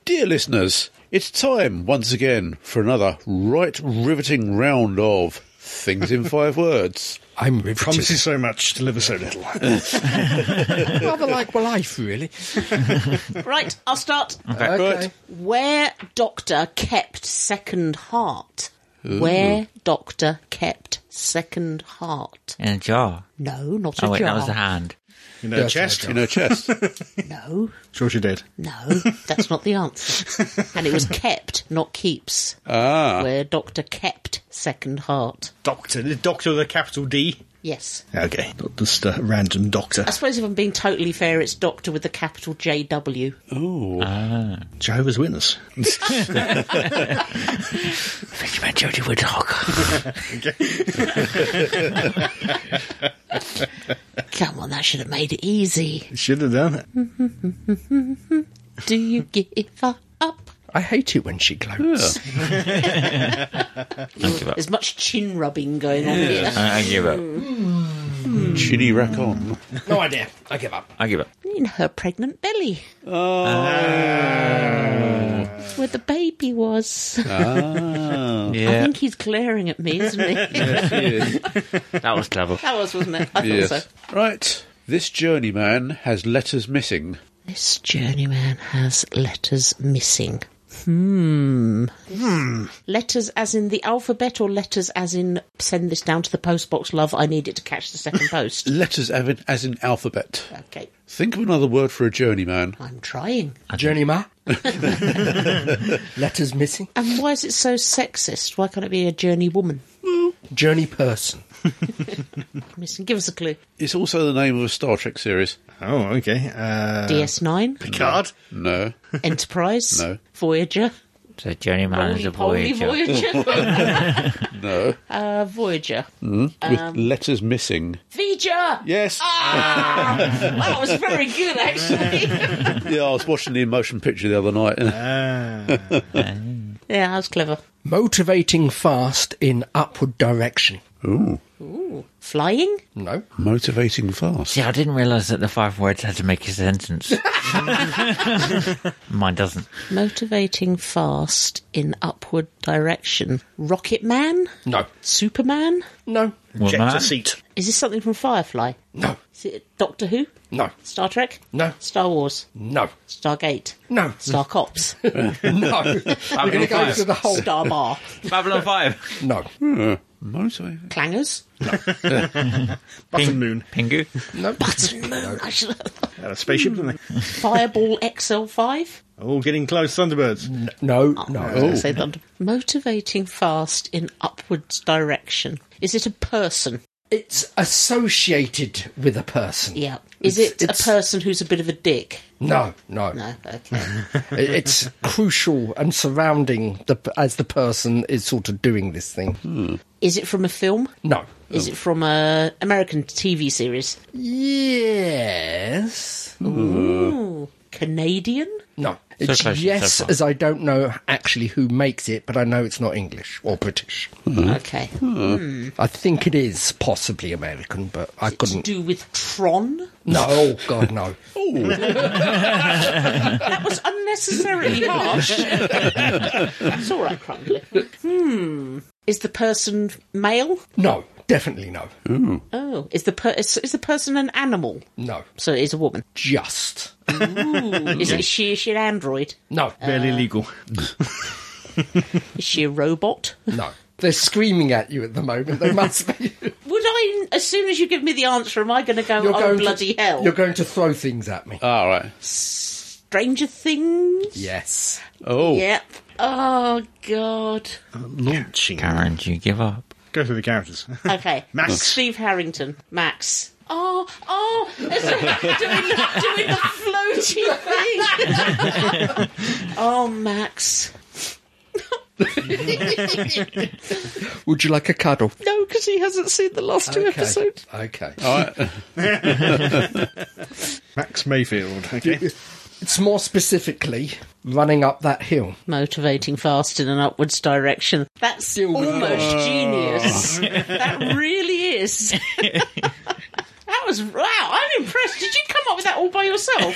S2: Dear listeners, it's time once again for another right riveting round of Things in Five Words.
S4: I'm riveted.
S3: Promises so much, deliver so little.
S4: rather like life, really.
S1: right, I'll start.
S4: Okay.
S1: Where Doctor kept second heart. Where Doctor kept second heart.
S5: In a jar.
S1: No, not a
S5: Oh, wait,
S1: jar.
S5: that was the hand.
S3: You know,
S4: Yes,
S3: chest.
S2: In her chest.
S1: No,
S3: Sure, she did.
S1: no, that's not the answer. and it was kept, not keeps.
S2: Ah,
S1: Where Doctor kept second heart.
S3: Doctor, the doctor with a capital D.
S1: Yes.
S3: Okay, not just a random doctor.
S1: I suppose if I'm being totally fair, it's Doctor with the capital JW.
S3: Jehovah's Witness.
S5: Fisherman Jody Woodhawk.
S1: Come on, that should have made it easy.
S3: Should have done it.
S1: Do you give up?
S4: I hate it when she gloats.
S1: There's much chin rubbing going on here.
S5: I, I give
S1: Mm.
S5: up.
S2: chinny rack on.
S4: No idea. I give up.
S5: I give up.
S1: in her pregnant belly. Where the baby was. I
S5: Yeah,
S1: think he's glaring at me, isn't he?
S5: that was clever.
S1: that was, wasn't it? I thought so.
S2: Yes. Right. This journeyman has letters missing.
S1: This journeyman has letters missing. Hmm. Letters as in the alphabet or letters as in send this down to the postbox, love. I need it to catch the second post.
S2: Letters as in, as in alphabet.
S1: okay.
S2: Think of another word for a journeyman.
S1: I'm trying.
S4: Journey ma. Letters missing.
S1: And why is it so sexist? Why can't it be a journey woman?
S4: Journey person.
S1: Missing. Give us a clue.
S2: It's also the name of a Star Trek series.
S3: Oh, okay. Uh,
S1: DS9,
S3: Picard.
S2: No.
S1: Enterprise,
S2: No.
S1: Voyager,
S5: So Journeyman is a
S1: Holy
S5: voyager.
S1: Voyager.
S2: No.
S1: uh, Voyager. Um,
S2: With letters missing.
S1: Vija!
S2: Yes.
S1: Ah! That was very good, actually.
S2: Yeah, I was watching the motion picture the other night.
S1: yeah, that was clever.
S4: Motivating fast in upward direction.
S2: Ooh.
S1: Flying?
S4: No.
S2: Motivating fast.
S5: Yeah, I didn't realise that the five words had to make a sentence. Mine doesn't.
S1: Motivating fast in upward direction. Rocket Man?
S4: No.
S1: Superman?
S4: No.
S3: Ejector
S5: Woman.
S3: seat.
S1: Is this something from Firefly?
S4: No.
S1: Is it Doctor Who?
S4: No.
S1: Star Trek?
S4: No.
S1: Star Wars?
S4: No.
S1: Stargate?
S4: No.
S1: Star Cops?
S4: No. I'm going to go
S5: five.
S4: through the whole.
S1: Star Bar?
S5: Babylon 5.
S4: No.
S2: Motivating.
S1: Clangers?
S3: Button moon.
S5: Pingu.
S4: No.
S1: Button Moon? I should-
S3: Had a spaceship, didn't they?
S1: Fireball XL5?
S3: Oh, getting close. Thunderbirds.
S4: No.
S1: I was
S4: No.
S1: gonna say thunder. Motivating fast in upwards direction. Is it a person?
S4: It's associated with a person.
S1: Yeah. Is
S4: It's-
S1: it
S4: it's-
S1: a person who's a bit of a dick?
S4: No. No.
S1: No. Okay.
S4: I- It's crucial and surrounding the as the person is sort of doing this thing.
S1: Is it from a film?
S4: No.
S1: Is it from a American TV series?
S4: Yes.
S1: Ooh, Canadian?
S4: No. It's
S5: close, so
S4: yes,
S5: far.
S4: as I don't know actually who makes it, but I know it's not English or British.
S1: Okay.
S4: I think it is possibly American, but I
S1: To
S4: couldn't.
S1: do with Tron?
S4: No, oh, God, no.
S1: That was unnecessarily harsh. That's all right, Crumbly. Hmm. Is the person male?
S4: No, definitely no.
S1: Oh, is the per- is, is the person an animal?
S4: No.
S1: So it is a woman.
S4: Just.
S1: Is it she? Is she an android?
S4: No.
S3: Barely legal.
S1: Is she a robot?
S4: No. They're screaming at you at the moment. They must be.
S1: Would I, as soon as you give me the answer, am I going to go, oh, bloody
S4: to,
S1: hell?
S4: You're going to throw things at me.
S2: All right.
S1: Stranger Things?
S4: yes.
S2: Oh,
S1: Yep. Oh, God.
S3: Launching.
S5: Karen, do you give up?
S3: Go through the characters.
S1: Okay.
S3: Max.
S1: Steve Harrington. Max. Oh, oh, it's doing the, doing the floaty thing. oh, Max.
S4: Would you like a cuddle?
S1: No, because he hasn't seen the last two
S4: okay.
S1: episodes.
S4: Okay.
S2: all right.
S3: Max Mayfield. Okay.
S4: It's more specifically running up that hill.
S1: Motivating fast in an upwards direction. That's
S4: Deal with
S1: almost
S5: Oh.
S1: genius. that really is. That was wow! I'm impressed. Did you come up with that all by yourself?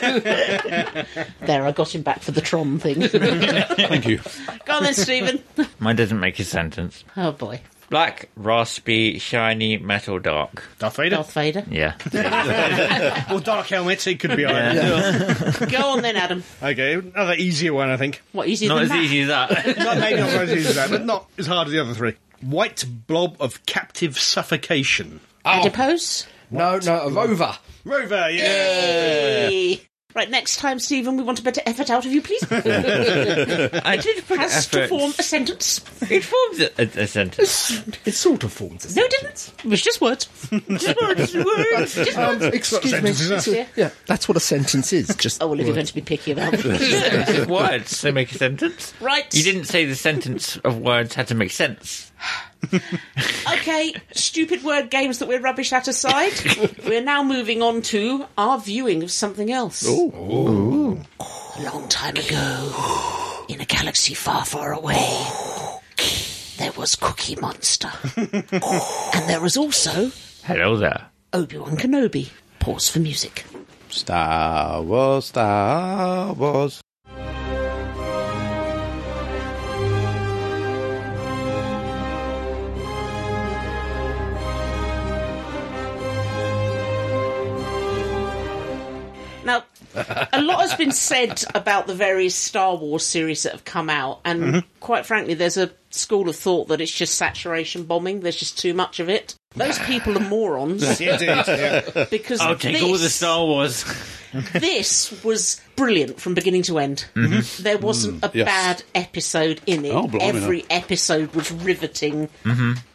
S1: Why? there, I got him back for the Tron thing.
S2: Thank you.
S1: Go on then, Stephen.
S5: Mine doesn't make a sentence.
S1: Oh boy.
S5: Black, raspy, shiny, metal, dark.
S3: Darth Vader.
S1: Darth Vader.
S5: Yeah.
S3: Or Dark Helmet. It could be either.
S1: Go on then, Adam.
S3: Okay. Another easier one, I think.
S1: What easier
S5: Not
S1: than
S5: as
S1: that?
S5: easy as that.
S3: Not, maybe not as easy as that, but not as hard as the other three. White blob of captive suffocation.
S5: Oh.
S1: Adipose.
S4: No, no, a rover.
S3: Rover. Yeah.
S1: Hey. Right, next time, Stephen, we want a better effort out of you, please.
S5: I did put
S1: Has
S5: effort.
S1: to form a sentence.
S5: It forms a, a, a sentence.
S4: It sort of forms a
S1: No, it didn't. It was just words. Just words. words. Just
S4: Um,
S1: words.
S4: excuse me.
S3: Sentences,
S1: yeah.
S4: Yeah, that's what a sentence is. Just
S1: Oh, well, if you're going
S4: words.
S1: to be picky about it.
S5: It's words. They make a sentence.
S1: Right.
S5: You didn't say the sentence of words had to make sense.
S1: Okay, stupid word games that we're rubbish at aside, we're now moving on to our viewing of something else. Oh, Long time ago, in a galaxy far, far away, there was Cookie Monster. and there was also
S5: Hello there.
S1: Obi Wan Kenobi. Pause for music.
S2: Star Wars, Star Wars.
S1: Now, a lot has been said about the various Star Wars series that have come out, and quite frankly, there's a school of thought that it's just saturation bombing. There's just too much of it. Those people are morons
S3: Indeed, yeah.
S1: because
S5: I'll take
S1: this,
S5: all the Star Wars.
S1: this was brilliant from beginning to end. Mm-hmm. There wasn't a
S2: Mm-hmm. Mm, yes.
S1: bad episode in it.
S2: Oh, blimey, Mm-hmm.
S1: Every episode was riveting,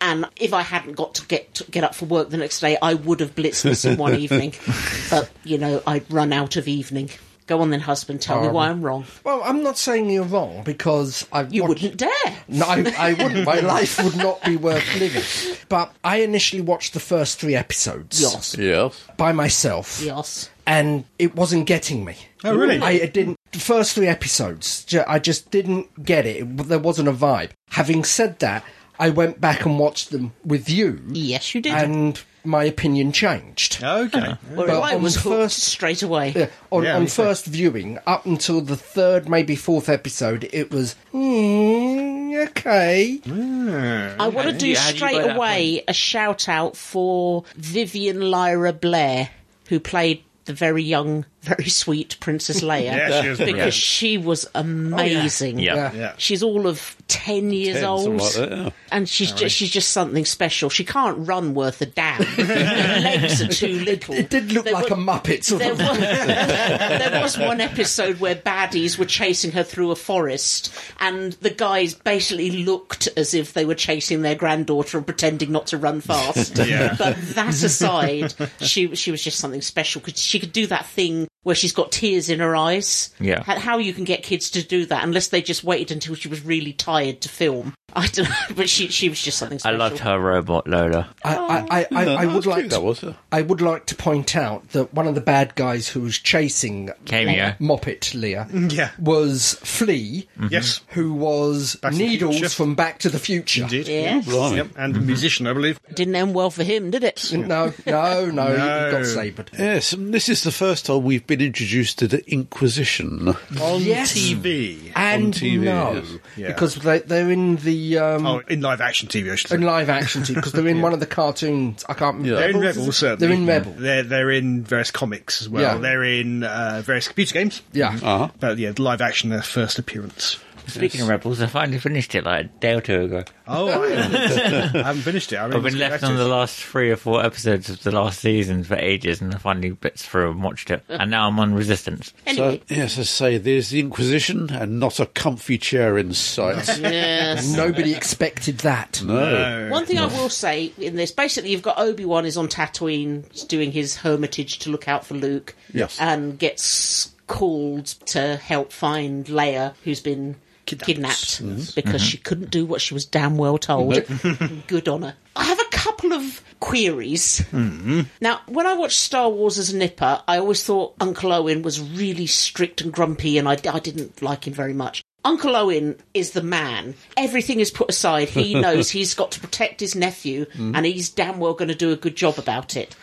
S1: and if I hadn't got to get to get up for work the next day, I would have blitzed this in one evening. But you know, I'd run out of evening. Go on then, husband. Tell
S4: Um,
S1: me why I'm wrong.
S4: Well, I'm not saying you're wrong because I've
S1: You
S4: watched-
S1: wouldn't dare.
S4: No, I, I wouldn't. My life would not be worth living. But I initially watched the first three episodes
S1: Yes.
S2: Yes.
S4: by myself,
S1: Yes.
S4: and it wasn't getting me.
S3: Oh, really?
S4: I didn't. The first three episodes, ju- I just didn't get it. It- There wasn't a vibe. Having said that, I went back and watched them with you,
S1: Yes, you did.
S4: and my opinion changed.
S3: Okay.
S1: well,
S4: but
S1: I
S4: on
S1: was hooked
S4: first-
S1: straight away.
S4: Yeah, on,
S3: Yeah,
S4: on
S3: me too.
S4: first viewing, up until the third, maybe fourth episode, it was "Hmm, okay.
S1: I want to
S5: did
S1: do
S5: you- how did you
S1: straight
S5: buy that
S1: away a shout out for Vivian Lyra Blair, who played the very young, very sweet Princess Leia.
S3: Yeah, she was
S1: because
S3: brilliant.
S1: she was amazing.
S5: Yeah.
S3: Yeah.
S1: She's all of ten years
S2: something
S1: old,
S2: like that, yeah.
S1: and she's just, she's just something special. She can't run worth a damn. Her legs are too little.
S4: It did look
S1: There
S4: like
S1: were-
S4: a Muppet sort
S1: there
S4: of.
S1: was, there was one episode where baddies were chasing her through a forest, and the guys basically looked as if they were chasing their granddaughter and pretending not to run fast.
S3: Yeah.
S1: But that aside, she she was just something special because she could do that thing where she's got tears in her eyes.
S5: Yeah.
S1: How, how you can get kids to do that unless they just waited until she was really tired to film. I don't know, but she she was just something
S5: I
S1: special.
S5: loved her robot, Lola.
S4: I, I, I, I, I
S2: that was
S4: would like
S2: cute, that
S4: to,
S2: was, yeah.
S4: I would like to point out that one of the bad guys who was chasing
S5: Cameo.
S4: Moppet Leah
S3: Mm, Yeah.
S4: was Flea,
S3: Yes.
S4: who was
S3: to the
S4: Needles
S3: Future.
S4: from Back to the Future.
S3: Indeed.
S1: Yes.
S2: Blimey.
S3: Yep. And a musician, I believe.
S1: Didn't end well for him, did it?
S4: No, no, no, he
S3: No.
S4: got sabred.
S2: Yes, and this is the first time we've been introduced to the Inquisition.
S1: Oh,
S3: On
S4: Yes.
S3: TV.
S4: And
S2: TV,
S4: no,
S2: yes.
S3: Yeah.
S4: because they, they're in the um,
S3: Oh, in live action TV, I should say.
S4: in live action because they're in one of the cartoons. I can't. remember.
S3: They're in
S4: Rebels,
S3: Rebels,
S4: is it?
S3: certainly.
S4: They're in Rebel.
S3: They're, they're in various comics as well.
S4: Yeah.
S3: They're in uh, various computer games.
S4: Yeah.
S2: Uh-huh.
S3: But yeah, the live action, their first appearance.
S5: Speaking of Rebels, I finally finished it like a day or two ago.
S3: Oh, I haven't, I haven't finished it. I
S5: I've been left on the last three or four episodes of the last season for ages, and I finally bits through and watched it. And now I'm on Resistance.
S1: Anyway.
S2: So, yes, as I say, there's the Inquisition and not a comfy chair in sight.
S1: yes.
S4: Nobody expected that.
S2: no.
S1: One thing I will say in this, basically, you've got Obi Wan is on Tatooine doing his hermitage to look out for Luke.
S2: Yes.
S1: And um, gets called to help find Leia, who's been
S3: Kidnapped.
S1: kidnapped, because she couldn't do what she was damn well told. Good on her. I have a couple of queries. Now, when I watched Star Wars as a nipper, I always thought Uncle Owen was really strict and grumpy, and I, I didn't like him very much. Uncle Owen is the man. Everything is put aside. He knows he's got to protect his nephew, and he's damn well going to do a good job about it.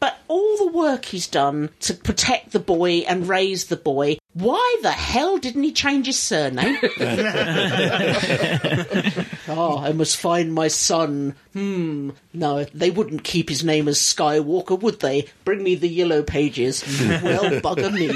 S1: But all the work he's done to protect the boy and raise the boy, why the hell didn't he change his surname? Ah, I must find my son. Hmm. No, they wouldn't keep his name as Skywalker, would they? Bring me the yellow pages. well, bugger me.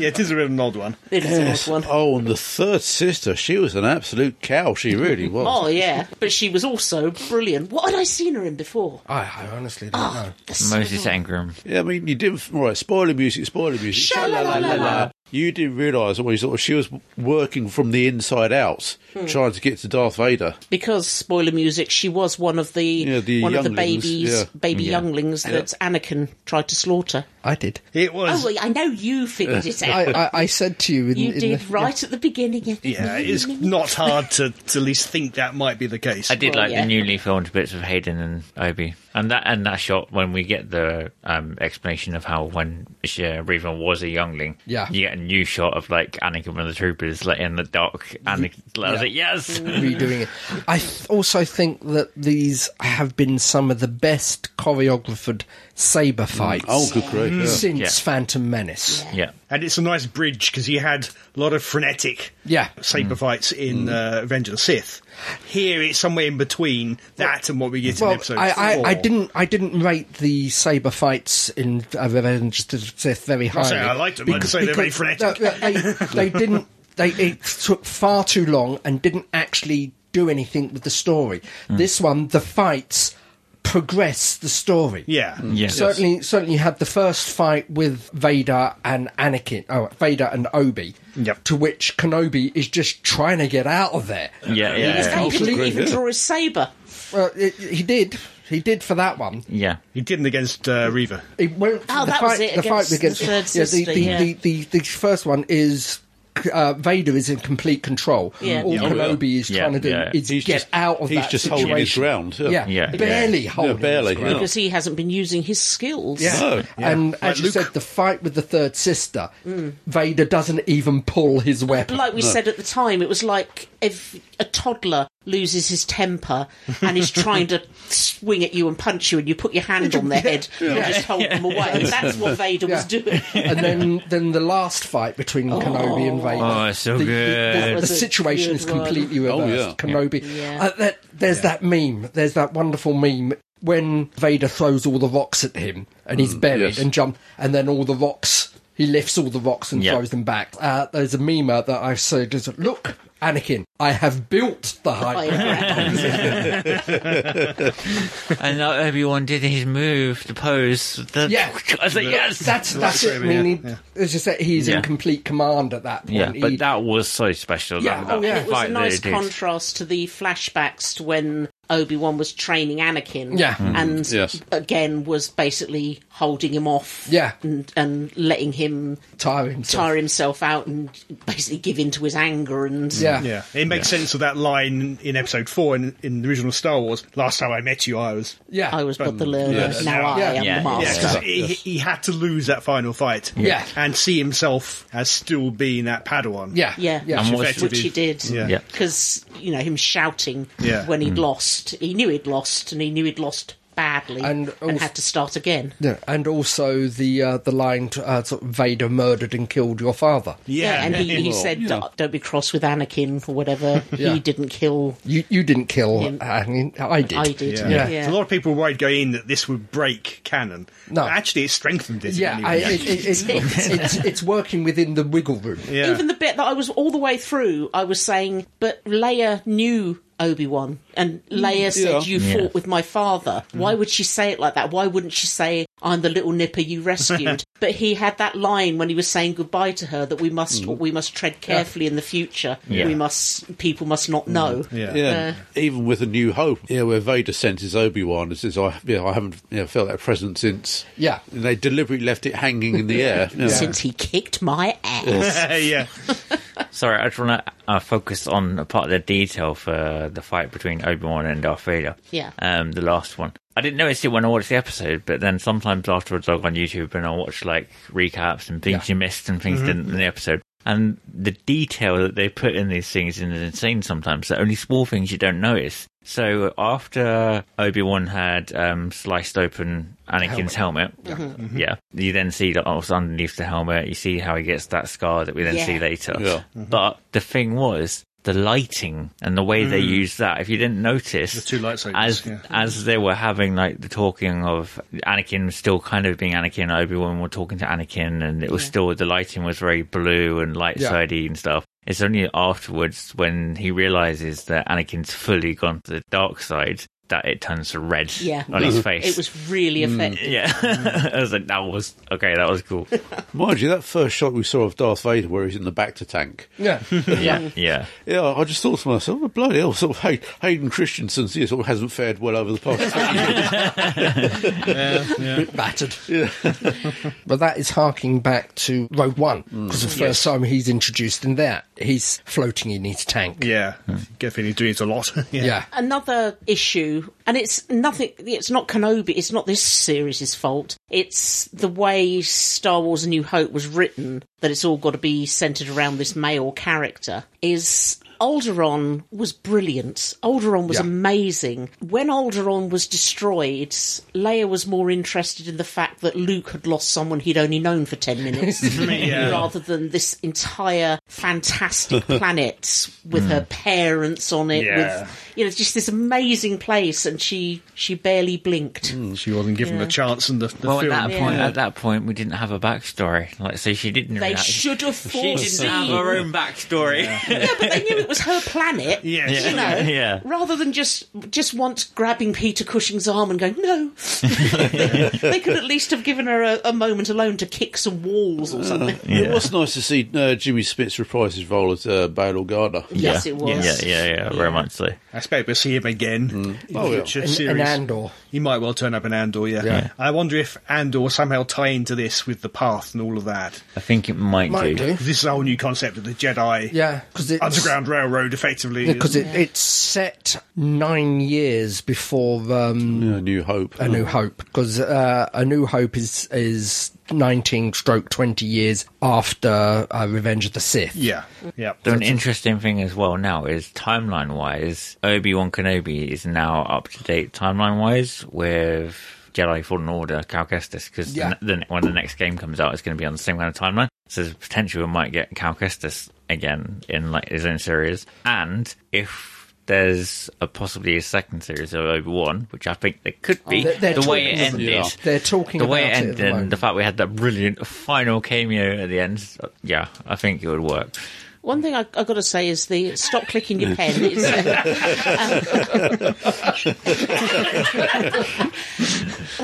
S3: Yeah, it is a bit of an odd one.
S1: It is
S2: Yes.
S1: an odd one.
S2: Oh, and the third sister, she was an absolute cow. She really was.
S1: Oh, yeah. But she was also brilliant. What had I seen her in before?
S4: I, I honestly don't know.
S5: Moses Ingram.
S2: Yeah, I mean, you didn't. All right, spoiler music, spoiler music.
S1: Sha-la-la-la-la.
S2: You didn't realise when you thought she was working from the inside out,
S4: Hmm.
S2: trying to get to Darth Vader.
S1: Because spoiler music, she was one of the,
S2: Yeah, the
S1: one of the
S2: younglings,
S1: babies,
S2: yeah.
S1: baby younglings that Anakin tried to slaughter.
S4: I did.
S3: It
S1: Oh,
S3: was.
S1: well, I know you figured it
S4: I,
S1: out.
S4: I, I said to you in,
S1: you
S4: in
S1: did
S4: the,
S1: right at the beginning.
S3: yeah, it's not hard to, to at least think that might be the case.
S5: I did
S1: Well,
S5: like
S1: yeah.
S5: the newly filmed bits of Hayden and Obi, and that and that shot when we get the um, explanation of how when she, Revan was a youngling,
S4: Yeah.
S5: you get a new shot of like Anakin and the troopers like in the dock, and I was like, yes,
S4: redoing it. I th- also think that these have been some of the best choreographed saber fights
S2: Oh, good grief. yeah.
S4: since
S5: Yeah.
S4: Phantom Menace.
S5: yeah.
S3: And it's a nice bridge because he had a lot of frenetic
S4: Yeah. Mm.
S3: saber fights in uh, Revenge of the Sith. Here it's somewhere in between that and what we get in
S4: Well,
S3: episode
S4: I, I,
S3: four.
S4: I didn't I didn't rate the saber fights in uh, Revenge of the Sith very highly.
S3: saying I liked them, I just say they're very frenetic.
S4: no, they, they didn't. They it took far too long and didn't actually do anything with the story.
S2: Hmm.
S4: This one, the fights progress the story.
S3: Yeah.
S5: Yes.
S4: Certainly, certainly, you had the first fight with Vader and Anakin. Oh, Vader and Obi.
S3: Yep.
S4: To which Kenobi is just trying to get out of there.
S5: yeah, yeah,
S1: Yes,
S5: yeah,
S1: they
S2: Ultra
S1: didn't
S2: great,
S1: even
S2: yeah.
S1: draw his saber.
S4: Well, it, he did. He did for that one.
S5: yeah.
S3: He didn't against uh, Reva.
S4: It won't.
S1: Oh,
S4: the
S1: that
S4: fight,
S1: was it,
S4: The
S1: against
S4: fight
S1: the
S4: against
S1: third
S4: yeah, the,
S1: sister,
S4: the,
S1: yeah.
S4: the, the, the first one is uh, Vader is in complete control.
S1: Yeah.
S4: All
S1: Yeah.
S4: Kenobi is
S5: Yeah,
S4: trying to do
S5: yeah.
S4: is
S2: He's
S4: get
S2: just-
S4: out of
S2: he's
S4: that
S2: just
S4: situation.
S2: holding his ground, yeah.
S4: Yeah,
S5: Yeah.
S4: barely
S5: Yeah,
S4: holding.
S2: barely,
S4: His ground.
S2: yeah.
S1: Because he hasn't been using his skills.
S4: Yeah. and
S3: Like
S4: as you
S3: Luke.
S4: said, the fight with the third sister, Vader doesn't even pull his weapon.
S1: Like we said at the time, it was like if a toddler loses his temper and is trying to swing at you and punch you, and you put your hand on their head and just hold them away. That's what Vader was
S4: Yeah.
S1: doing.
S4: and then, then the last fight between Kenobi and Vader.
S5: Oh, it's so
S4: the, the-
S5: good.
S4: The,
S1: That
S4: the
S1: was a
S4: situation
S1: good
S4: is completely
S2: Oh,
S4: reversed.
S2: yeah.
S4: Kenobi.
S1: Yeah.
S4: Uh, that, there's that meme. There's that wonderful meme when Vader throws all the rocks at him and he's buried
S2: yes.
S4: and jump, and then all the rocks. He lifts all the rocks and
S5: Yeah.
S4: throws them back. Uh, there's a meme out that I said, is, "Look, Anakin, I have built the
S1: By
S4: high
S1: Abraham.
S5: and now everyone did his move, the pose. The,
S4: Yeah.
S5: I was like, yes,
S4: That's that's it. I
S3: yeah,
S4: mean, he- as you said, he's
S5: Yeah.
S4: in complete command at that point.
S5: yeah.
S4: He-
S5: But that was so special.
S4: Yeah,
S5: that,
S4: oh,
S5: that
S4: yeah.
S1: It was a
S5: fight that
S1: nice
S5: they did.
S1: contrast to the flashbacks to when Obi Wan was training Anakin.
S4: Yeah. Mm.
S1: And
S2: Yes.
S1: again was basically holding him off
S4: Yeah.
S1: and, and letting him
S4: tire himself.
S1: tire himself out and basically give in to his anger and
S4: Yeah.
S3: Yeah, it makes sense of that line in episode four in, in the original Star Wars. Last time I met you, I was.
S4: Yeah.
S1: I was but the learner,
S2: Yes.
S1: now I
S4: Yeah.
S1: am
S5: Yeah.
S1: the
S3: Yeah,
S1: master.
S3: 'cause he, he had to lose that final fight.
S4: Oh, Yeah.
S3: And see himself as still being that Padawan.
S4: Yeah.
S1: Yeah.
S4: Yeah.
S5: And
S4: Sure.
S5: what-
S3: Effectively-
S1: Which he did.
S3: Yeah.
S5: Yeah.
S1: Because, you know, him shouting
S3: Yeah.
S1: when he'd lost. He knew he'd lost and he knew he'd lost badly
S4: And
S1: and,
S4: also-
S1: had to start again.
S4: Yeah, and also the uh, the line to, uh, sort of Vader murdered and killed your father.
S1: Yeah, and he, he
S2: Well,
S1: said,
S2: yeah.
S1: "Don't- "Don't be cross with Anakin or whatever."
S4: Yeah.
S1: He didn't kill.
S4: You you didn't kill. uh,
S1: Him.
S4: I mean, I did.
S1: I did.
S3: Yeah. A
S4: Yeah.
S3: lot of people worried going in that this would break canon.
S4: No.
S3: Actually, it strengthened it.
S4: Yeah,
S3: in
S4: I,
S3: many ways.
S4: it, it, it, it's, it's, it's working within the wiggle room.
S3: yeah.
S1: Even the bit that I was all the way through, I was saying, but Leia knew Obi Wan, and Leia said,
S2: Yeah.
S1: "You
S5: Yeah.
S1: fought with my father."
S3: Mm.
S1: Why would she say it like that? Why wouldn't she say, "I'm the little nipper you rescued"? but he had that line when he was saying goodbye to her that we must
S3: Mm.
S1: we must tread carefully in the future.
S5: Yeah.
S1: We must people must not know.
S3: yeah.
S4: Uh.
S2: Yeah, even with a New Hope, yeah, where Vader sent his Obi Wan and says, "I, yeah, I haven't you know, felt that presence since."
S4: Yeah.
S2: and they deliberately left it hanging in the air. Yeah.
S1: Since he kicked my ass.
S3: yeah.
S5: Sorry, I just want to uh, focus on a part of the detail for the fight between Obi Wan and Darth Vader.
S1: Yeah.
S5: Um, the last one. I didn't notice it when I watched the episode, but then sometimes afterwards I'll go on YouTube and I'll watch like recaps and things you missed and things didn't in the episode. And the detail that they put in these things is insane sometimes. They're only small things you don't notice. So after Obi Wan had um, sliced open Anakin's helmet,
S1: Mm-hmm.
S5: yeah, you then see that also underneath the helmet. You see how he gets that scar that we then
S1: Yeah.
S5: see later.
S2: Yeah.
S5: But the thing was the lighting and the way they used that. If you didn't notice,
S3: The two lightsabers,
S5: as
S3: yeah.
S5: as they were having like the talking of Anakin still kind of being Anakin, Obi Wan were talking to Anakin, and it was still the lighting was very blue and light
S4: Yeah.
S5: sidey and stuff. It's only afterwards when he realizes that Anakin's fully gone to the dark side that it turns to red
S1: Yeah.
S5: on
S3: Mm.
S5: his face.
S1: It was really effective.
S5: yeah. I was like, that was okay. That was cool.
S2: Mind you, that first shot we saw of Darth Vader, where he's in the back to tank,
S4: Yeah,
S5: yeah, yeah.
S2: yeah, I just thought to myself, oh, bloody hell, sort of Hay- Hayden Christensen yeah, sort of hasn't fared well over the past.
S4: battered. but that is harking back to Rogue One because the first time he's introduced in there, he's floating in his tank.
S3: Yeah. Get the feeling he's doing it a lot. yeah.
S4: Yeah,
S1: Uh, another issue, and it's nothing. It's not Kenobi. It's not this series' fault. It's the way Star Wars: A New Hope was written. That it's all got to be centered around this male character. Is Alderon was brilliant. Alderon was
S4: Yeah.
S1: amazing. When Alderon was destroyed, Leia was more interested in the fact that Luke had lost someone he'd only known for ten minutes, rather than this entire fantastic planet with her parents on it,
S3: Yeah.
S1: with you know, it's just this amazing place, and she she barely blinked.
S5: Mm,
S3: She wasn't given the chance in the, the
S5: Well, at
S3: film.
S5: that point,
S1: Yeah.
S5: at that point, we didn't have a backstory. Like, so she didn't.
S1: They
S5: really-
S1: should have
S5: She didn't
S1: foreseen.
S5: have her own backstory.
S1: yeah, but they knew it was her planet.
S3: Yeah.
S1: You know,
S5: Yeah.
S1: rather than just just once grabbing Peter Cushing's arm and going no, they could at least have given her a, a moment alone to kick some walls
S5: Uh,
S1: or something.
S2: It was nice to see uh, Jimmy Spitz reprise his role as uh, Bail Organa.
S1: Yes, it was.
S5: Yeah, yeah, yeah, very much so.
S3: I expect we'll see him again in
S2: Oh, yeah.
S3: future
S4: an,
S3: series.
S4: an Andor.
S3: He might well turn up in Andor, yeah. I wonder if Andor somehow tie into this with the path and all of that.
S5: I think it might,
S4: Might do.
S3: This is a whole new concept of the Jedi
S4: Yeah, because it's
S3: Underground Railroad, effectively.
S4: Because it, it's set nine years before um,
S2: Yeah, New Hope.
S4: A New Hope, because uh, A New Hope is is nineteen stroke twenty years after uh, Revenge of the Sith.
S3: yeah, yeah.
S5: So an interesting thing as well now is timeline wise, Obi Wan Kenobi is now up to date timeline wise with Jedi Fallen Order, Cal Kestis, because
S4: Yeah.
S5: then when the next game comes out, it's going to be on the same kind of timeline. So there's potential we might get Cal Kestis again in like his own series, and if. There's a possibly a second series of Obi Wan, which I think there could be.
S4: Oh, They're- they're
S5: the way it
S4: talking
S5: ended,
S2: Yeah.
S4: They're talking
S5: the way it
S4: about it at
S5: ended,
S4: the
S5: and the
S4: moment.
S5: fact we had that brilliant final cameo at the end. Yeah, I think it would work.
S1: One thing I, I got to say is the stop clicking your pen. Is, um,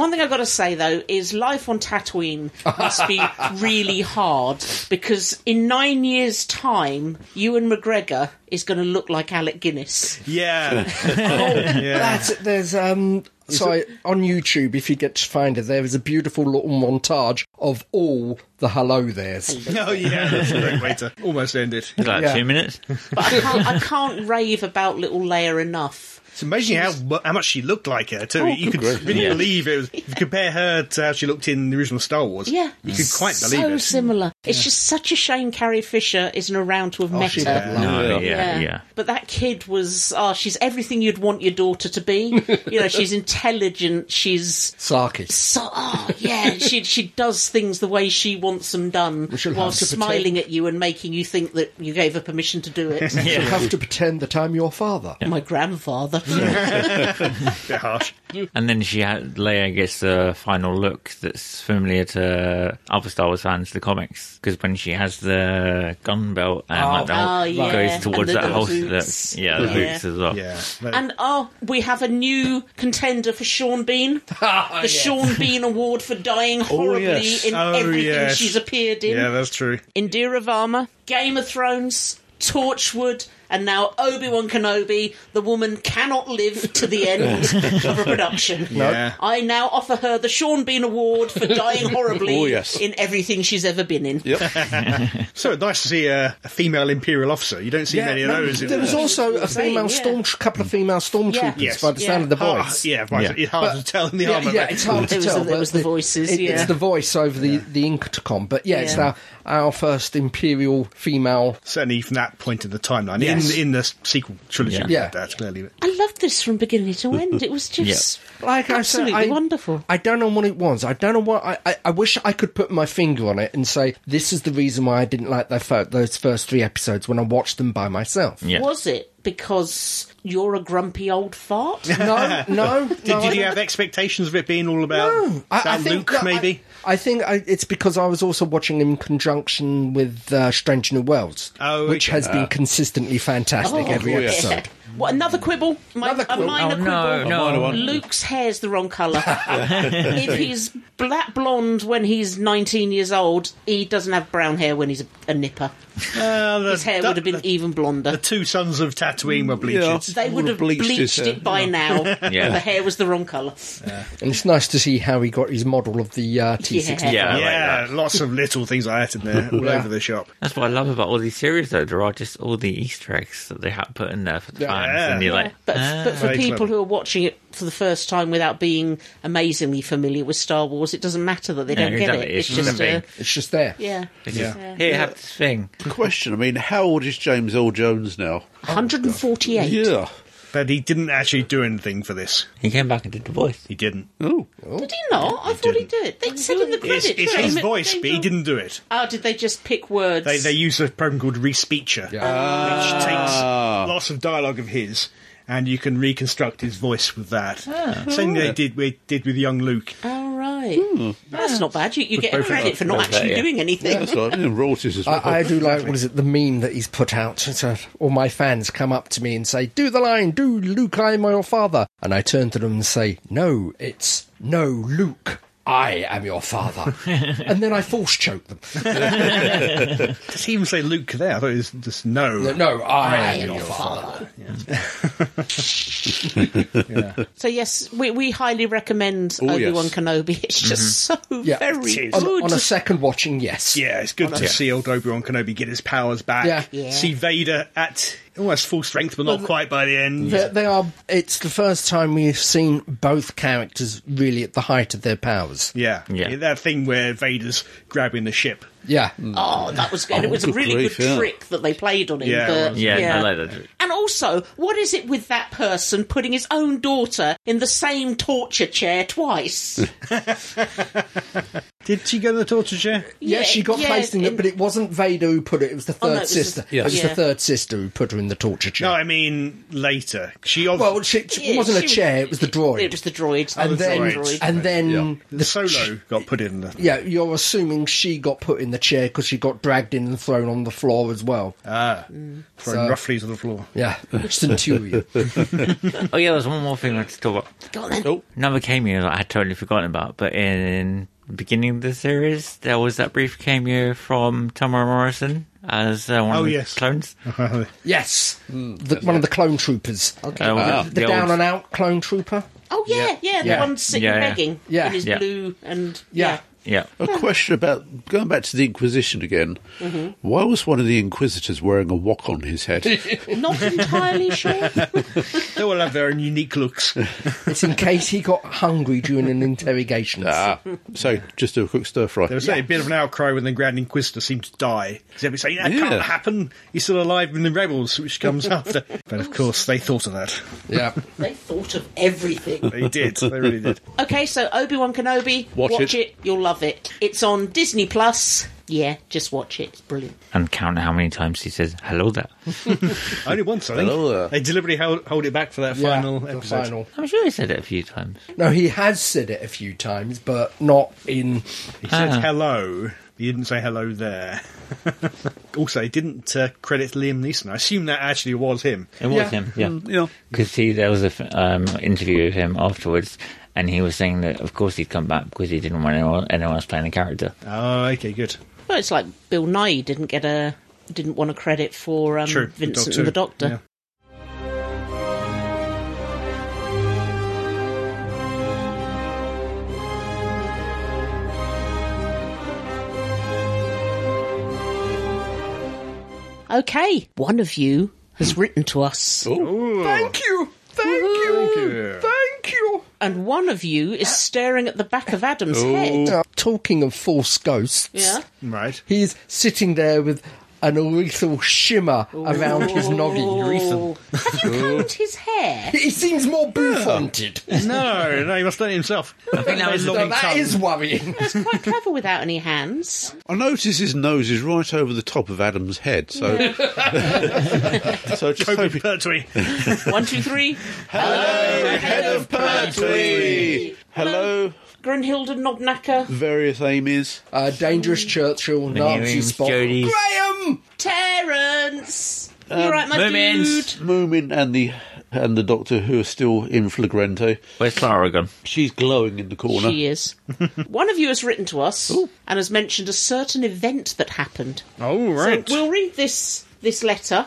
S1: one thing I got to say though is life on Tatooine must be really hard because in nine years' time, Ewan McGregor is going to look like Alec Guinness.
S3: Yeah.
S4: Oh, That's it. There's um. So I, on YouTube, if you get to find it, there is a beautiful little montage of all the hello there's.
S3: oh, yeah. That's a great way to almost end it.
S5: Is that
S4: Yeah.
S5: two minutes?
S1: But I can't, I can't rave about little Leia enough.
S3: It's amazing how mu- how much she looked like her
S4: Oh,
S3: too. you could really
S5: Yeah.
S3: believe it. Was, if you compare her to how she looked in the original Star Wars,
S1: Yeah,
S3: you could quite
S1: so
S3: believe it.
S1: similar. It's just such a shame Carrie Fisher isn't around to have
S3: Oh,
S1: met
S4: she'd
S1: her.
S4: have loved
S5: No,
S2: Yeah.
S5: Oh, yeah, yeah.
S1: But that kid was, oh, she's everything you'd want your daughter to be. you know, she's intelligent. She's
S4: Saki.
S1: so, oh, yeah, she she does things the way she wants them done
S4: she'll
S1: while
S4: have to
S1: smiling at you and making you think that you gave her permission to do it.
S4: You have to pretend that I'm your father.
S1: My grandfather.
S3: bit harsh.
S5: And then she had, Leia gets the final look that's familiar to other Star Wars fans, the comics, because when she has the gun belt and like the whole,
S1: Oh, yeah.
S5: goes
S1: And
S5: towards
S1: the-
S5: that
S1: the
S5: holster,
S1: boots.
S5: that, yeah, the
S1: Yeah.
S5: boots as well.
S3: Yeah.
S1: And oh, we have a new contender for Sean Bean. the Sean Bean Award for dying horribly
S2: yes.
S1: in
S3: Oh,
S1: everything
S3: yes.
S1: she's appeared in.
S3: yeah, that's true.
S1: Indira Varma, Game of Thrones, Torchwood, and now Obi Wan Kenobi. The woman cannot live to the end of a production.
S3: Yeah.
S1: I now offer her the Sean Bean Award for dying horribly
S2: Oh, yes.
S1: in everything she's ever been in.
S3: So nice to see a, a female imperial officer. You don't see many of
S4: no,
S3: those. in
S4: there was also a
S1: Insane,
S4: female
S1: yeah.
S4: storm, couple of female stormtroopers
S3: Yes.
S4: by the sound of the
S3: Hard-
S4: voice.
S3: yeah, right,
S5: Yeah.
S3: it's hard to tell in the
S4: yeah,
S3: armor.
S4: yeah,
S3: but-
S4: it's hard to
S1: It was
S4: tell.
S1: the- it
S4: but
S1: was the voices,
S4: it-
S1: yeah.
S4: It's the voice over the, the intercom. But yeah, it's
S1: Yeah.
S4: our, our first Imperial female.
S3: certainly from that point in the timeline. In
S4: Yes.
S3: in the sequel trilogy,
S5: Yeah.
S3: we had
S4: Yeah.
S3: that clearly.
S1: I loved this from beginning to end. It was just
S4: Like
S1: absolutely
S4: I said, I,
S1: wonderful.
S4: I don't know what it was. I don't know what. I, I, I wish I could put my finger on it and say this is the reason why I didn't like their fir- those first three episodes when I watched them by myself.
S5: Yeah.
S1: Was it because you're a grumpy old fart?
S4: No,
S3: Did,
S4: no. no,
S3: did
S4: I
S3: you
S4: don't-
S3: have expectations of it being all about,
S4: I,
S3: about
S4: I think
S3: Luke,
S4: that I-
S3: maybe?
S4: I, think I, it's because I was also watching in conjunction with uh, Strange New Worlds,
S3: Oh,
S4: which
S3: okay.
S4: has been consistently fantastic every
S2: cool, yeah.
S4: episode.
S1: Oh, What another quibble? My,
S4: Another quibble.
S1: A minor
S5: Oh, no,
S1: quibble.
S5: no.
S2: one.
S1: Luke's hair's the wrong colour. if he's black blonde when he's 19 years old, he doesn't have brown hair when he's a, a nipper.
S3: Uh, the,
S1: His hair
S3: that-
S1: would have been even
S3: The
S1: blonder.
S3: two sons of Tatooine were
S4: Mm,
S3: bleached.
S2: Yeah.
S1: They would have bleached,
S2: his hair.
S1: it by now.
S5: Yeah.
S1: The hair was the wrong colour.
S4: And it's nice to see how he got his model of the uh, T6.
S1: Yeah.
S5: Yeah, I like
S3: Yeah,
S5: that.
S3: lots of little things like that in there, all over the shop.
S5: That's what I love about all these series, though. There are just all the Easter eggs that they have put in there for the
S4: Yeah.
S5: fans, and you're like,
S1: But, but for
S3: Very
S1: people
S3: clever.
S1: who are watching it for the first time without being amazingly familiar with Star Wars, it doesn't matter that they
S5: Yeah,
S1: don't
S5: exactly.
S1: get it. It's,
S5: It's just
S1: just,
S5: a
S1: uh,
S5: thing.
S4: It's just there.
S1: yeah,
S5: it's just,
S3: Yeah.
S5: here, have this thing.
S2: Question: I mean, how old is James L. Jones now?
S1: 148.
S2: Yeah.
S3: But he didn't actually do anything for this.
S5: He came back and did the voice.
S3: He didn't.
S2: Oh,
S1: Did he not? I thought he did. They said in the
S3: It's,
S1: credits.
S3: it's
S1: they
S3: his
S1: meant-
S3: voice,
S1: they
S3: but he
S1: were-
S3: didn't do it.
S1: Oh, did they just pick words?
S3: They, they use a program called Respeecher, which takes lots of dialogue of his, and you can reconstruct his voice with that. Same they did we did with young Luke.
S1: oh, right.
S3: Hmm.
S1: That's not bad. You, you get
S3: both of
S1: credit
S3: us.
S1: for not
S5: Both of
S1: actually
S5: us, yeah.
S1: doing anything.
S2: that's all right. And royalties as well.
S4: I, I do like, what is it, the meme that he's put out. So all my fans come up to me and say, Do the line, do Luke, I'm your father. And I turn to them and say, No, it's no Luke. I am your father. and then I force choke them.
S3: Does he even say Luke there? I thought it was just no.
S4: No, I,
S1: I
S4: am
S1: am
S4: your
S1: your
S4: father.
S1: So, yes, we, we highly recommend
S2: Oh, yes.
S1: Obi-Wan Kenobi. It's just so
S4: Yeah.
S1: very
S3: Mm-hmm. It is.
S1: good.
S4: On, on a second watching, yes.
S3: Yeah, it's good to see old Obi-Wan Kenobi get his powers back.
S4: Yeah.
S1: Yeah.
S3: See Vader at almost full strength, but not quite by the end.
S4: They, they are. It's the first time we've seen both characters really at the height of their powers.
S3: Yeah.
S5: Yeah.
S3: That thing where Vader's grabbing the ship.
S4: Yeah,
S1: Oh, that was good. and it was a
S2: good
S1: really
S2: grief,
S1: good
S2: yeah.
S1: trick that they played on him.
S3: Yeah, it
S1: but-
S3: was.
S5: Yeah, I like that.
S1: And also, what is it with that person putting his own daughter in the same torture chair twice?
S3: Did she go to the torture chair?
S4: yeah,
S1: Yeah,
S4: She got
S1: yeah,
S4: placed in it,
S1: in- Oh,
S4: but it wasn't Vader who put it. It was the
S1: no,
S4: third
S1: it was the-
S4: sister.
S1: Yeah.
S4: It was the
S1: Yeah.
S4: third sister who put her in the torture chair.
S3: No, I mean later. She obviously
S4: well, she, she-
S1: Yeah,
S4: it wasn't
S1: she
S4: a chair. It was the droid.
S1: It was the droids.
S4: and,
S1: Oh, the
S4: then,
S1: same
S4: and
S1: droid.
S4: then, the
S3: the solo got put in the.
S4: Yeah, you're assuming she got put in the chair because she got dragged in and thrown on the floor as well.
S3: Ah, thrown
S4: So-
S3: roughly to the floor.
S4: yeah, Centurion.
S5: Oh, yeah, there's one more thing I wanted to talk about.
S1: Go on then.
S5: Another cameo that I had totally forgotten about, but in the beginning of the series, there was that brief cameo from Tamara Morrison as uh, one
S3: Oh,
S5: of the
S3: yes.
S5: clones.
S4: yes, the, one of the clone troopers. Okay,
S5: Uh,
S4: the,
S5: wow.
S4: the
S5: The old-
S4: down and out clone trooper.
S1: Oh yeah, yeah, the
S4: Yeah.
S1: one sitting
S5: Yeah, yeah.
S1: begging
S4: Yeah.
S1: in his
S5: Yeah.
S1: blue and
S4: Yeah.
S1: yeah.
S5: Yeah.
S2: A question about going back to the Inquisition again.
S4: Mm-hmm.
S2: Why was one of the Inquisitors wearing a wok on his head?
S1: Not entirely sure.
S3: They all have their own unique looks.
S4: It's in case he got hungry during an interrogation.
S2: ah, so just do a quick stir fry.
S3: There was certainly a bit of an outcry when the Grand Inquisitor seemed to die. Except we say, that
S2: Yeah.
S3: can't happen. He's still alive in the Rebels, which comes after. But of course, they thought of that.
S4: Yeah.
S1: they thought of everything.
S3: They did. They really did.
S1: Okay, so Obi Wan Kenobi,
S2: Watch it.
S1: it. You'll love it. It's on Disney Plus. Yeah, just watch it. It's brilliant.
S5: And count how many times he says, hello there.
S3: Only once, I think.
S2: Hello there.
S3: They deliberately held, hold it back for that
S4: Yeah,
S3: final
S4: the
S3: episode.
S4: final.
S5: I'm sure he said it a few times.
S4: No, he has said it a few times, but not in.
S3: He said
S5: Ah.
S3: hello. He didn't say hello there. also, he didn't uh, credit Liam Neeson. I assume that actually was him.
S5: It was him, yeah.
S2: yeah.
S5: Because he, there was a f- um, interview with him afterwards, and he was saying that, of course, he'd come back because he didn't want anyone, anyone else playing the character.
S3: Oh, okay, good.
S1: Well, it's like Bill Nye didn't get a didn't want a credit for um,
S3: True. The
S1: Vincent
S3: Doctor,
S1: and the Doctor.
S3: yeah.
S1: Okay, one of you has written to us,
S4: Thank you! Thank you!
S3: you.
S4: Thank you!
S1: and one of you is staring at the back of Adam's head.
S4: Now, talking of false ghosts,
S1: Yeah.
S3: Right.
S4: he's sitting there with an urethral shimmer around his noggy.
S1: Oh. Have you combed his hair?
S4: He seems more bouffant.
S3: No, no, he must have done it himself. I
S5: think that was the-
S4: Now, that is worrying.
S1: That's quite clever without any hands.
S2: I notice his nose is right over the top of Adam's head, so so just hope he-
S3: Pertwee.
S1: One, two, three.
S2: head of Pertwee. Hello,
S1: Grunhilda Knobnacker.
S2: various Amy's.
S4: Uh, dangerous Churchill, Nazi
S5: Names,
S4: spot.
S5: Jodies.
S4: Graham!
S1: Terence.
S2: Um,
S1: You're right, my
S5: Moomins.
S1: dude.
S2: Moomin and the and the Doctor, who are still in flagrante.
S5: Where's Clara gone?
S2: She's glowing in the corner.
S1: She is. One of you has written to us and has mentioned a certain event that happened.
S3: Oh, right.
S1: So we'll read this this letter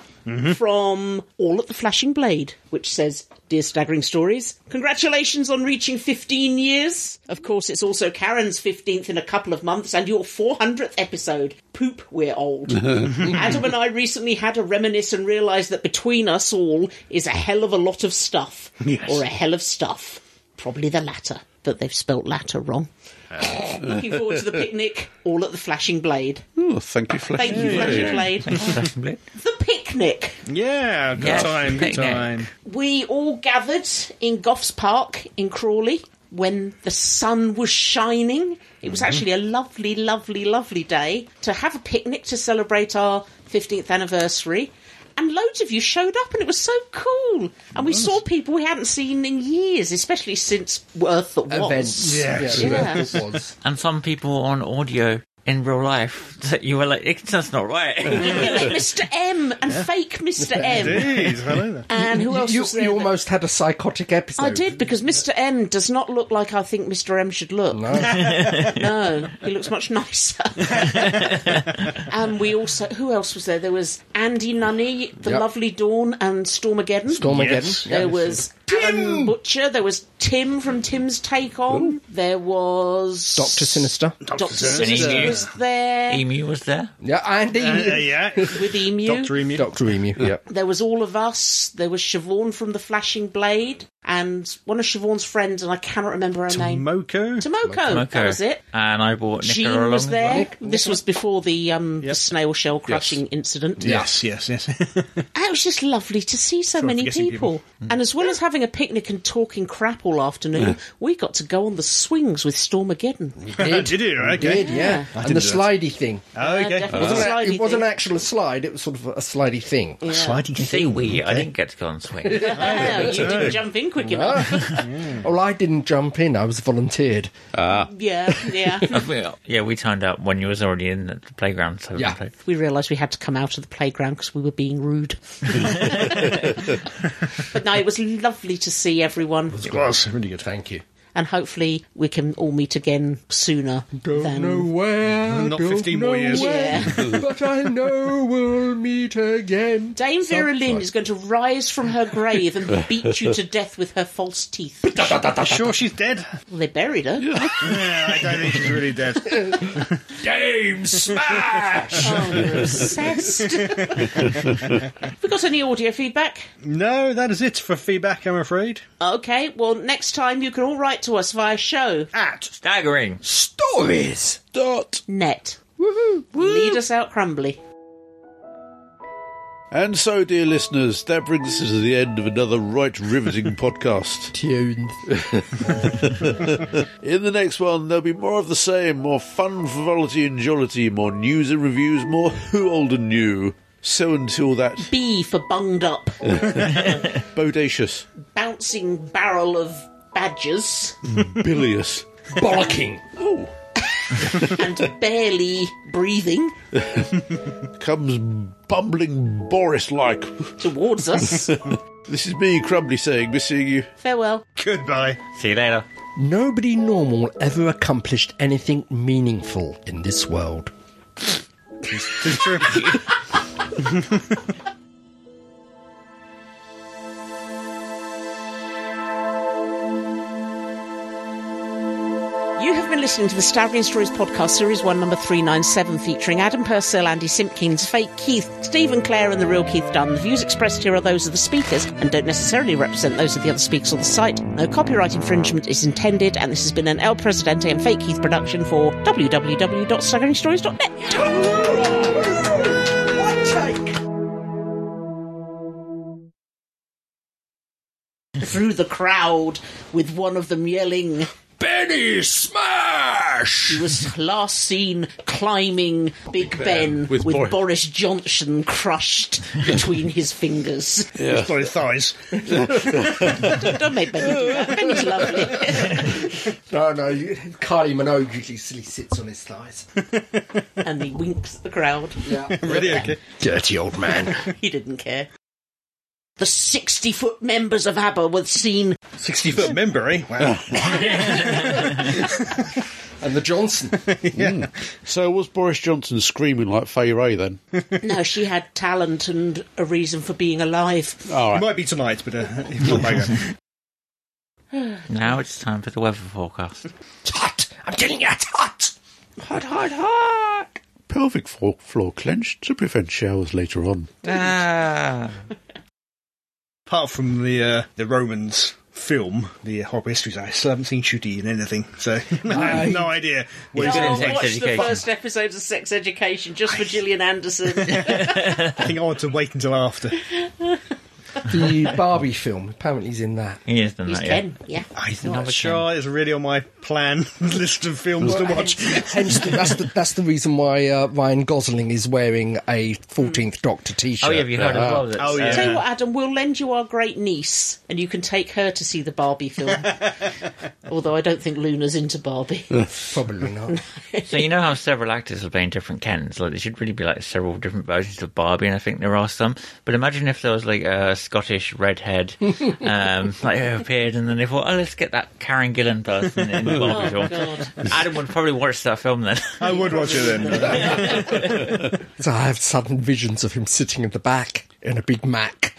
S1: from All at the Flashing Blade, which says, "Dear Staggering Stories, congratulations on reaching 15 years. Of course, it's also Karen's 15th in a couple of months, and your 400th episode. Poop, we're old." Adam and I recently had a reminisce and realised that between us all is a hell of a lot of stuff, or a hell of stuff. Probably the latter, but they've spelt latter wrong. Looking forward to the picnic, all at the Flashing Blade.
S2: Oh, thank you, Flashing
S1: Thank you, Flashing
S2: Blade.
S1: Blade. the picnic.
S3: yeah, good
S5: Yes,
S3: time, good
S5: picnic.
S3: time.
S1: We all gathered in Goffs Park in Crawley when the sun was shining. It
S4: Mm-hmm.
S1: was actually a lovely, lovely, lovely day to have a picnic to celebrate our 15th anniversary. And loads of you showed up, and it was so cool. And we saw people we hadn't seen in years, especially since Earth that Was.
S4: Events.
S3: Yes.
S4: Yeah,
S1: Yeah.
S4: event it was.
S5: And some people on audio in real life that you were like, "It's- that's not right.
S1: Yeah, like Mr. M and fake Mr. M.
S3: Jeez, hello there.
S1: And who else
S4: You,
S1: was there?
S4: you
S1: that-
S4: almost had a psychotic episode.
S1: I did because Mr. M does not look like I think Mr. M should look. No, he looks much nicer. and we also, who else was there? There was Andy Nunny, the
S4: Yep.
S1: lovely Dawn, and Stormageddon.
S4: Stormageddon.
S3: Yes.
S1: There was Alan Butcher. There was Tim from Tim's Take On. There was
S4: Doctor Sinister.
S1: Doctor
S3: Sinister.
S1: Sinister
S5: Emu.
S1: was there
S5: Emu was there.
S4: Yeah, and
S3: Uh,
S4: Emu.
S3: yeah.
S1: with Emu.
S3: Dr. Emu.
S4: Doctor Emu. Yeah.
S1: There was all of us. There was Siobhan from the Flashing Blade, and one of Siobhan's friends, and I cannot remember her name.
S3: Moko.
S1: Tomoko.
S5: Okay.
S1: That was it.
S5: And I brought Nicola
S1: Jean
S5: along.
S1: was
S5: as
S1: there.
S5: well.
S1: This was before the, um, the snail shell crushing incident.
S3: Yes, yes, yes.
S1: And It was just lovely to see so
S3: Sort of
S1: many
S3: forgetting
S1: people. And as well as having a picnic and talking crap all afternoon, we got to go on the swings with Stormageddon.
S3: Did you? Okay.
S4: Did, yeah.
S3: I
S4: And the
S3: didn't do that.
S4: slidey thing.
S3: Okay.
S1: definitely.
S4: Wasn't
S1: Uh,
S4: it-
S1: Slidey
S4: it wasn't
S1: thing. Mm.
S4: actually a slide, it was sort of a slidey thing.
S3: Sliding
S5: You say we, I didn't get to go on swing.
S1: Oh, you didn't jump in quick enough.
S4: Ah. Well, I didn't jump in, I was volunteered.
S1: yeah, yeah.
S5: Well, yeah, we turned up when you was already in the playground. So
S4: Yeah.
S1: We realised we had to come out of the playground because we were being rude. but no, it was lovely to see everyone.
S3: It was really good.
S4: Thank you.
S1: and hopefully we can all meet again sooner
S4: Don't
S1: than
S4: know where.
S3: Not
S4: don't
S3: 15 more
S4: know
S3: years.
S4: when, but I know we'll meet again.
S1: Dame Vera Lynn is going to rise from her grave and beat you to death with her false teeth.
S3: I'm sure she's dead.
S1: Well, they buried her.
S3: Yeah, I don't think she's really dead.
S4: Game smash!
S1: Oh, you're obsessed. Have we got any audio feedback?
S3: No, that is it for feedback, I'm afraid.
S1: Okay, well, next time you can all write to us via show
S3: At
S5: Staggering.
S4: Stories.
S2: Dot.
S1: net. Woohoo! Lead us out, Crumbly.
S2: And so, dear listeners, that brings us to the end of another right riveting podcast.
S4: Tuned.
S2: In the next one, there'll be more of the same, more fun, frivolity, and jollity, more news and reviews, more who old and new. So until that,
S1: B for bunged up,
S2: bodacious,
S1: bouncing barrel of badgers,
S2: bilious.
S4: Bollocking.
S2: Oh,
S1: and barely breathing
S2: comes bumbling Boris like.
S1: towards us.
S2: This is me, Crumbly, saying, missing you.
S1: Farewell.
S3: goodbye.
S5: See you later.
S4: Nobody normal ever accomplished anything meaningful in this world.
S3: Tis true.
S1: You have been listening to the Staggering Stories podcast, series one, number 397, featuring Adam Purcell, Andy Simpkins, Fake Keith, Stephen Clare, and the real Keith Dunn. The views expressed here are those of the speakers and don't necessarily represent those of the other speakers on the site. No copyright infringement is intended, and this has been an El Presidente and Fake Keith production for www.staggeringstories.net. Through the crowd, with one of them yelling.
S4: Benny Smash!
S1: He was last seen climbing Big Ben, with,
S2: with Boris-
S1: Boris Johnson crushed between his fingers.
S3: It's not his thighs.
S1: don't, don't make Benny do that. Benny's lovely.
S4: No, no, you, Kylie Minogue usually sits on his thighs.
S1: And he winks at the crowd.
S3: Really? Okay.
S4: Dirty old man.
S1: He didn't care. The 60 foot members of ABBA were seen
S3: 60 foot member, eh? Wow.
S4: and the Johnson.
S2: Hmm. So, was Boris Johnson screaming like Fay Ray then?
S1: No, she had talent and a reason for being alive.
S2: All right.
S3: Might be tonight, but uh, it's not like that.
S5: Now it's time for the weather forecast.
S4: It's hot! I'm getting you, it's hot!
S5: Hot, hot, hot!
S2: Pelvic floor, floor clenched to prevent showers later on.
S5: Ah.
S3: Apart from the uh, the Romans film, the horrible histories, I still haven't seen Shooty in anything, so I have no idea what he's
S5: No.
S3: doing.
S5: in Sex
S1: Oh, watch the
S5: Education.
S1: first episodes of Sex Education just for Gillian Anderson.
S3: I think I want to wait until after.
S4: The Barbie film, apparently he's in that.
S5: He has done
S1: He's
S5: that, yeah.
S1: 10, yeah.
S3: I'm
S5: another
S3: not
S5: ten.
S3: sure it's really on my plan list of films to watch.
S4: Hence, the, that's, the, that's the reason why uh, Ryan Gosling is wearing a 14th Doctor t
S5: Oh,
S4: shirt.
S5: yeah, have you heard as well? That's,
S3: Oh, yeah.
S1: Tell you what, Adam, we'll lend you our great niece and you can take her to see the Barbie film. Although I don't think Luna's into Barbie.
S4: Probably not.
S5: So you know how several actors are playing different Kens? Like, there should really be, like, several different versions of Barbie, and I think there are some. But imagine if there was, like, a Scottish redhead, um, like, who appeared, and then they thought, oh, let's get that Karen Gillan person in the Barbie
S1: Oh,
S5: film.
S1: God.
S5: Adam would probably watch that film then.
S3: I would watch it then.
S4: So I have sudden visions of him sitting at the back in a Big Mac.